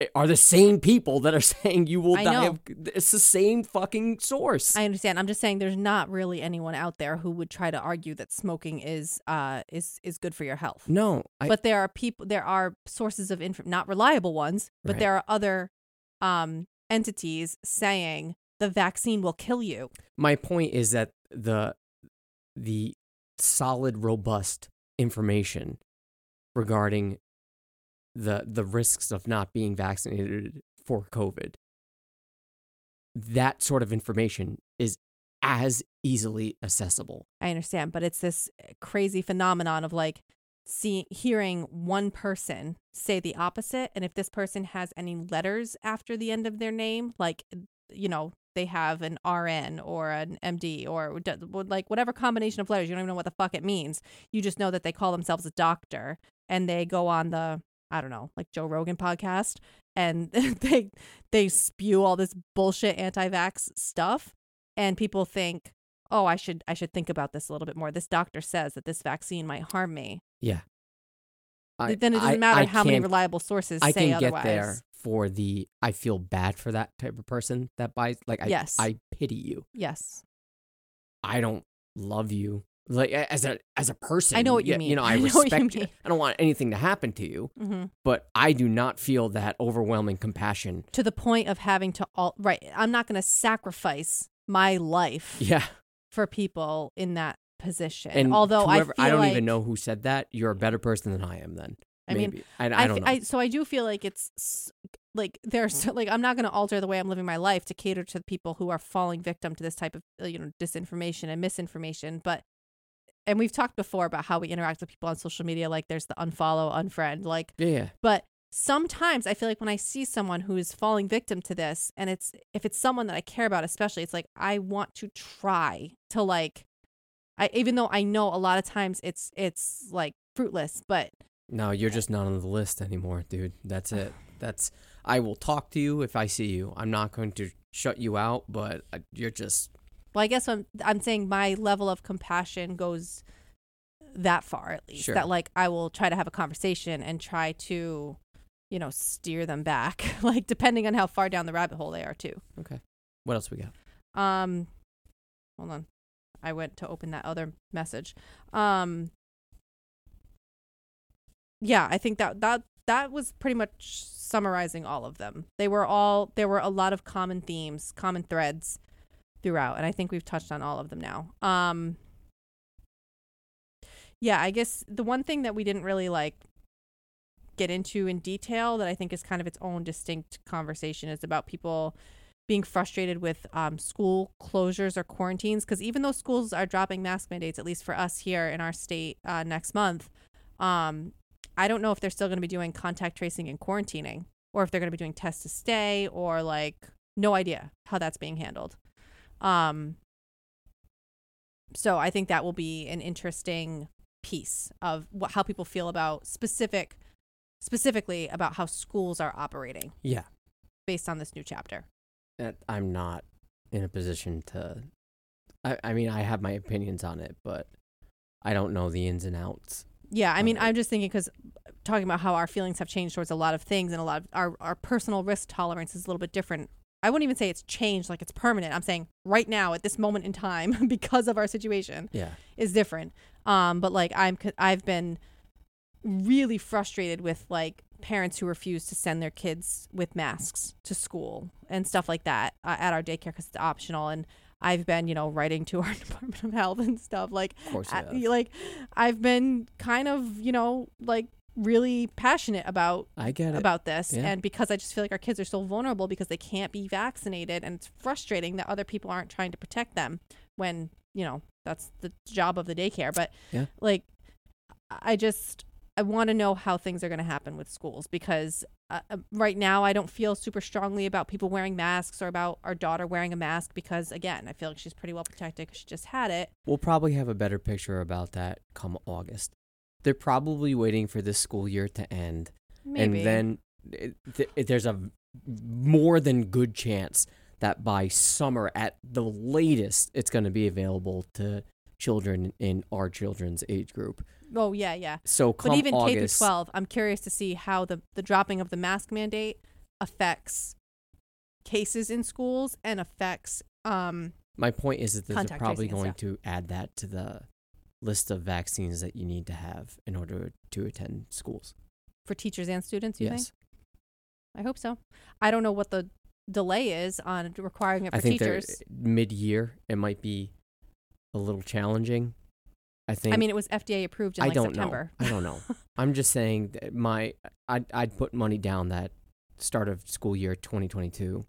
A: eh, are the same people that are saying you will
B: I
A: die.
B: know.
A: Of, it's the same fucking source.
B: I understand. I'm just saying there's not really anyone out there who would try to argue that smoking is uh is is good for your health.
A: no, I,
B: but there are people there are sources of inf- not reliable ones, but
A: Right.
B: there are other um entities saying the vaccine will kill you.
A: my point is that the the solid, robust information regarding the the risks of not being vaccinated for COVID. That sort of information is as easily accessible.
B: I understand, but it's this crazy phenomenon of like seeing hearing one person say the opposite and if this person has any letters after the end of their name, like you know, they have an RN or an MD or d- would- like whatever combination of letters, you don't even know what the fuck it means. You just know that they call themselves a doctor and they go on the I don't know, like Joe Rogan podcast and they they spew all this bullshit anti-vax stuff and people think oh i should i should think about this a little bit more this doctor says that this vaccine might harm me
A: Yeah. I-
B: then it doesn't
A: I-
B: matter
A: I
B: how many
A: can't-
B: reliable sources
A: I
B: say
A: can
B: otherwise
A: get there for the I feel bad for that type of person that buys like I
B: Yes.
A: I pity you.
B: yes
A: I don't love you like a- as a as a person.
B: I know what you
A: yeah, You
B: mean.
A: know, I,
B: I know what you
A: respect you.
B: mean.
A: I don't want anything to happen to you,
B: hmm
A: but I do not feel that overwhelming compassion.
B: to the point of having to all right i'm not going to sacrifice my life
A: Yeah,
B: for people in that position
A: and
B: Eh, although
A: whoever-
B: i feel
A: don't
B: like,
A: even know who said that. You're a better person than I am. Then
B: I mean,
A: Maybe. I, I
B: I,
A: don't
B: f-
A: know.
B: I- so I do feel like it's s- like there's like I'm not going to alter the way I'm living my life to cater to the people who are falling victim to this type of uh, you know disinformation and misinformation, but and we've talked before about how we interact with people on social media like there's the unfollow, unfriend, like
A: yeah, yeah,
B: but sometimes I feel like when I see someone who is falling victim to this and it's if it's someone that I care about especially, it's like I want to try to like I even though I know a lot of times it's it's like fruitless, but
A: no, you're just not on the list anymore, dude. That's it. That's I will talk to you if I see you. I'm not going to shut you out, but I, you're just
B: Well, I guess I'm I'm saying my level of compassion goes that far at least.
A: Sure.
B: That like I will try to have a conversation and try to, you know, steer them back. like depending on how far down the rabbit hole they are too.
A: what else we got?
B: Um hold on. I went to open that other message. Um Yeah, I think that that that was pretty much summarizing all of them. They were all there were a lot of common themes, common threads throughout, and I think we've touched on all of them now. Um Yeah, I guess the one thing that we didn't really like get into in detail that I think is kind of its own distinct conversation. It's about people being frustrated with um, school closures or quarantines because even though schools are dropping mask mandates, at least for us here in our state uh, next month, um, I don't know if they're still going to be doing contact tracing and quarantining or if they're going to be doing test to stay or like no idea how that's being handled. Um, so I think that will be an interesting piece of what, how people feel about specific specifically about how schools are operating
A: Yeah.
B: based on this new chapter.
A: that I'm not in a position to. I, I mean, I have my opinions on it, but I don't know the ins and outs.
B: Yeah, I mean,
A: Okay.
B: I'm just thinking because talking about how our feelings have changed towards a lot of things and a lot of our, our personal risk tolerance is a little bit different. I wouldn't even say it's changed, like it's permanent. I'm saying right now, at this moment in time, because of our situation,
A: Yeah.
B: is different. Um, but like I'm, c- I've been really frustrated with like parents who refuse to send their kids with masks to school and stuff like that uh, at our daycare because it's optional. And I've been, you know, writing to our Department of Health and stuff like
A: Of course.
B: I-
A: yeah.
B: like I've been kind of, you know, like really passionate about
A: I get it.
B: about this
A: Yeah.
B: and because I just feel like our kids are so vulnerable because they can't be vaccinated and it's frustrating that other people aren't trying to protect them when, you know, that's the job of the daycare, but
A: Yeah.
B: like I just I want to know how things are going to happen with schools because uh, uh, right now I don't feel super strongly about people wearing masks or about our daughter wearing a mask because again, I feel like she's pretty well protected 'cause she just had it.
A: We'll probably have a better picture about that come August. They're probably waiting for this school year to end,
B: Maybe.
A: and then it, th- it- there's a more than good chance that by summer, at the latest, it's going to be available to children in our children's age group.
B: Oh yeah, yeah.
A: So come
B: But even K through
A: August,
B: twelve, I'm curious to see how the the dropping of the mask mandate affects cases in schools and affects um
A: My point is that they're
B: Contact
A: probably
B: tracing and
A: going to add that to the list of vaccines that you need to have in order to attend schools.
B: for teachers and students. You
A: yes,
B: think? I hope so. I don't know what the delay is on requiring it for
A: I think they're
B: teachers.
A: mid-year. It might be a little challenging. I think.
B: I mean, it was FDA approved in
A: I
B: like
A: don't
B: September.
A: know. I don't know. I'm just saying that my I'd, I'd put money down that start of school year 2022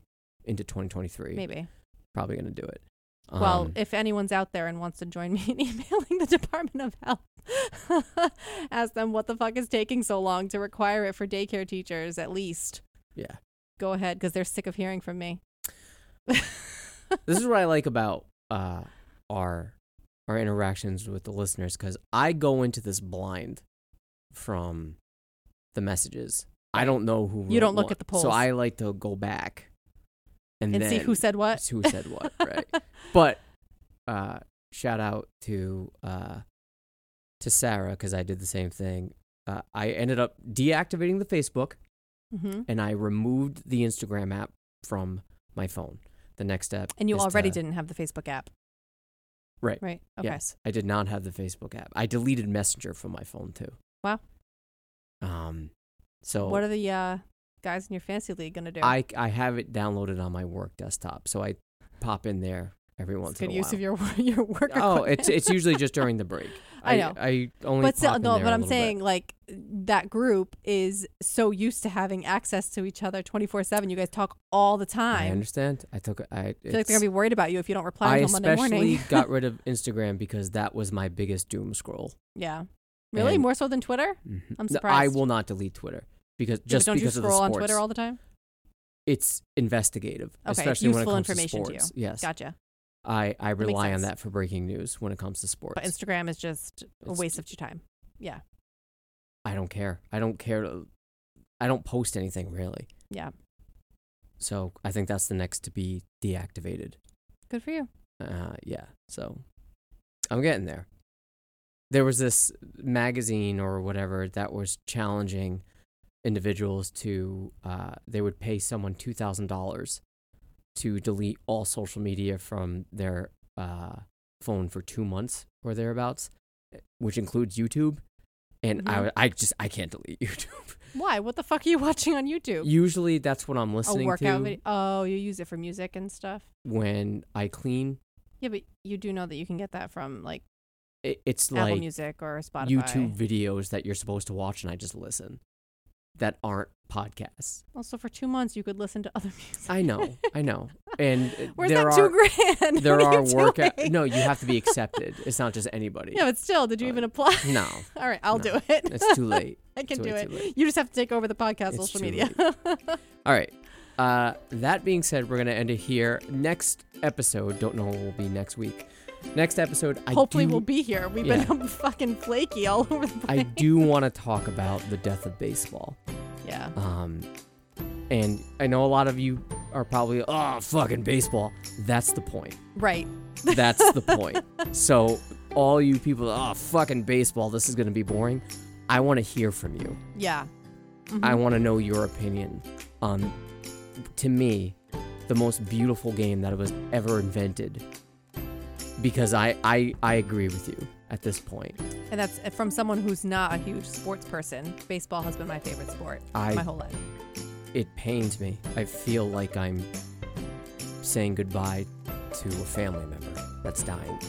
A: into 2023.
B: Maybe.
A: Probably going to do it.
B: well,
A: Um,
B: if anyone's out there and wants to join me in emailing the Department of Health, ask them what the fuck is taking so long to require it for daycare teachers at least.
A: yeah.
B: go ahead because they're sick of hearing from me.
A: this is what I like about uh, our our interactions with the listeners because I go into this blind from the messages. I don't know who
B: You don't
A: wrote
B: look at the
A: what, so
B: polls.
A: I like to go back and,
B: and see
A: then
B: who said what.
A: who said what, right? But uh, shout out to uh, to Sarah because I did the same thing. Uh, I ended up deactivating the Facebook
B: hmm
A: and I removed the Instagram app from my phone. The next step,
B: And you
A: is
B: already
A: to-
B: didn't have the Facebook app,
A: right?
B: right? Okay.
A: Yes, I did not have the Facebook app. I deleted Messenger from my phone too.
B: Wow.
A: Um, so
B: What are the uh, guys in your fantasy league gonna do?
A: I I have it downloaded on my work desktop, so I pop in there every
B: It's
A: once
B: good
A: in a
B: use
A: while.
B: of your your work.
A: oh, it's
B: equipment.
A: it's usually just during the break.
B: I know.
A: I, only. pop
B: but still,
A: in
B: no.
A: there
B: But
A: a
B: I'm
A: little bit.
B: saying like that group is so used to having access to each other 24 seven. You guys talk all the
A: I
B: time.
A: understand. I took. I
B: I feel like they're
A: it's-
B: gonna be worried about you if you don't reply
A: I
B: until Monday
A: especially
B: morning.
A: got rid of Instagram because that was my biggest doom scroll.
B: yeah. Really?
A: And-
B: More so than Twitter?
A: Mhm.
B: I'm
A: No, I
B: surprised.
A: will not delete Twitter because
B: Yeah, but
A: just
B: don't
A: because
B: you
A: of the
B: scroll on
A: sports.
B: Twitter all the time?
A: it's investigative,
B: Okay,
A: especially
B: useful
A: when it comes
B: information to
A: to
B: you.
A: sports. Yes,
B: Gotcha.
A: I, I
B: makes
A: rely on
B: sense.
A: that for breaking news when it comes to sports.
B: But Instagram is just a
A: It's-
B: waste of your time. Yeah.
A: I don't care. I don't care. To, I don't post anything really.
B: Yeah.
A: So I think that's the next to be deactivated.
B: Good for you.
A: Uh, yeah. So I'm getting there. There was this magazine or whatever that was challenging individuals to, uh, they would pay someone $2,000 to delete all social media from their uh, phone for two months or thereabouts, eh, which includes YouTube. And I,
B: Mhm.
A: w- I just, I can't delete YouTube.
B: Why? What the fuck are you watching on YouTube?
A: Usually that's what I'm
B: A
A: listening
B: workout
A: to
B: video. Oh, you use it for music and stuff.
A: when I clean.
B: Yeah, but you do know that you can get that from like
A: It, it's
B: Apple
A: like
B: Music or Spotify.
A: YouTube videos that you're supposed to watch, and I just listen. that aren't podcasts.
B: Also, for two months, you could listen to other music.
A: I know, I know, and
B: Where's
A: there
B: that
A: are
B: two grand? What
A: there
B: are,
A: are
B: you
A: workout.
B: doing?
A: No, you have to be accepted. It's not just anybody.
B: Yeah, but still, did you
A: Uh,
B: even apply?
A: No,
B: All right, I'll
A: no.
B: do it.
A: it's too late.
B: I can
A: too
B: do
A: late,
B: it.
A: too late.
B: You just have to take over the podcast
A: It's
B: social
A: too
B: media.
A: All right. Uh, that being said, we're gonna end it here. Next episode, don't know what will be next week. Next episode, I
B: Hopefully,
A: do,
B: we'll be here. We've been fucking flaky all over the place.
A: I do want to talk about the death of baseball.
B: yeah.
A: Um, and I know a lot of you are probably, oh, fucking baseball. That's the point.
B: Right.
A: That's the point. So, all you people, oh, fucking baseball, this is going to be boring. I want to hear from you.
B: Yeah.
A: I want to know your opinion on, to me, the most beautiful game that was ever invented. Because I, I, I agree with you at this point.
B: And that's uh, from someone who's not a huge sports person. Baseball has been my favorite sport
A: I-
B: my whole life.
A: It pains me. I feel like I'm saying goodbye to a family member that's dying.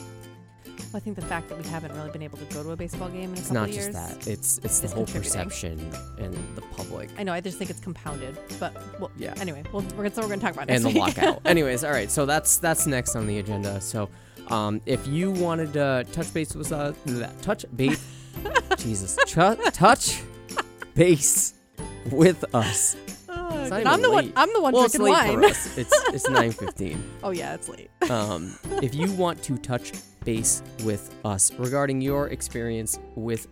B: Well, I think the fact that we haven't really been able to go to a baseball game in a
A: It's
B: couple
A: not
B: of years.
A: just that. It's it's the
B: is
A: whole
B: contributing.
A: perception and the public
B: I know. I just think it's compounded. But well,
A: Yeah.
B: Anyway, well, we're gonna so we're gonna talk about
A: and
B: next
A: the
B: week.
A: lockout. Anyways, all right. So that's that's next on the agenda. So um, if you wanted to touch base with us, bleh, touch base, Jesus, Chu touch base with us.
B: Oh,
A: It's
B: good.
A: not
B: I'm
A: even
B: the one.
A: late.
B: I'm the one
A: well, it's
B: drinking
A: late
B: wine.
A: for us. It's it's nine fifteen.
B: Oh yeah, it's late.
A: um, if you want to touch base with us regarding your experience with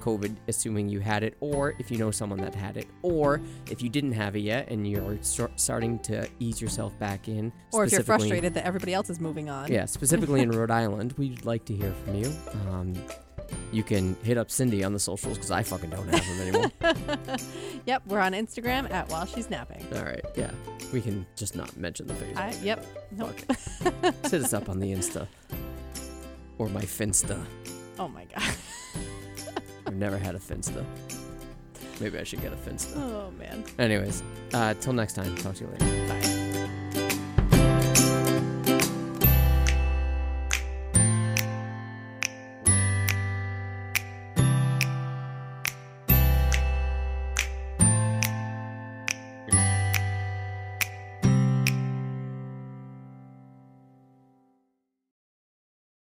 A: COVID, assuming you had it, or if you know someone that had it, or if you didn't have it yet and you're sor- starting to ease yourself back in,
B: Or if you're
A: specifically-
B: frustrated that everybody else is moving on.
A: yeah, specifically in Rhode Island, we'd like to hear from you. Um, you can hit up Cindy on the socials because I fucking don't have them anymore.
B: Yep, we're on Instagram at while she's napping.
A: All right, yeah, we can just not mention the Facebook.
B: I, yep. Nope.
A: Fuck. Hit us up on the Insta or my Finsta.
B: Oh my god.
A: I've never had a Finsta. Maybe I should get a Finsta.
B: Oh man.
A: Anyways, uh, till next time. Talk to you later.
B: Bye.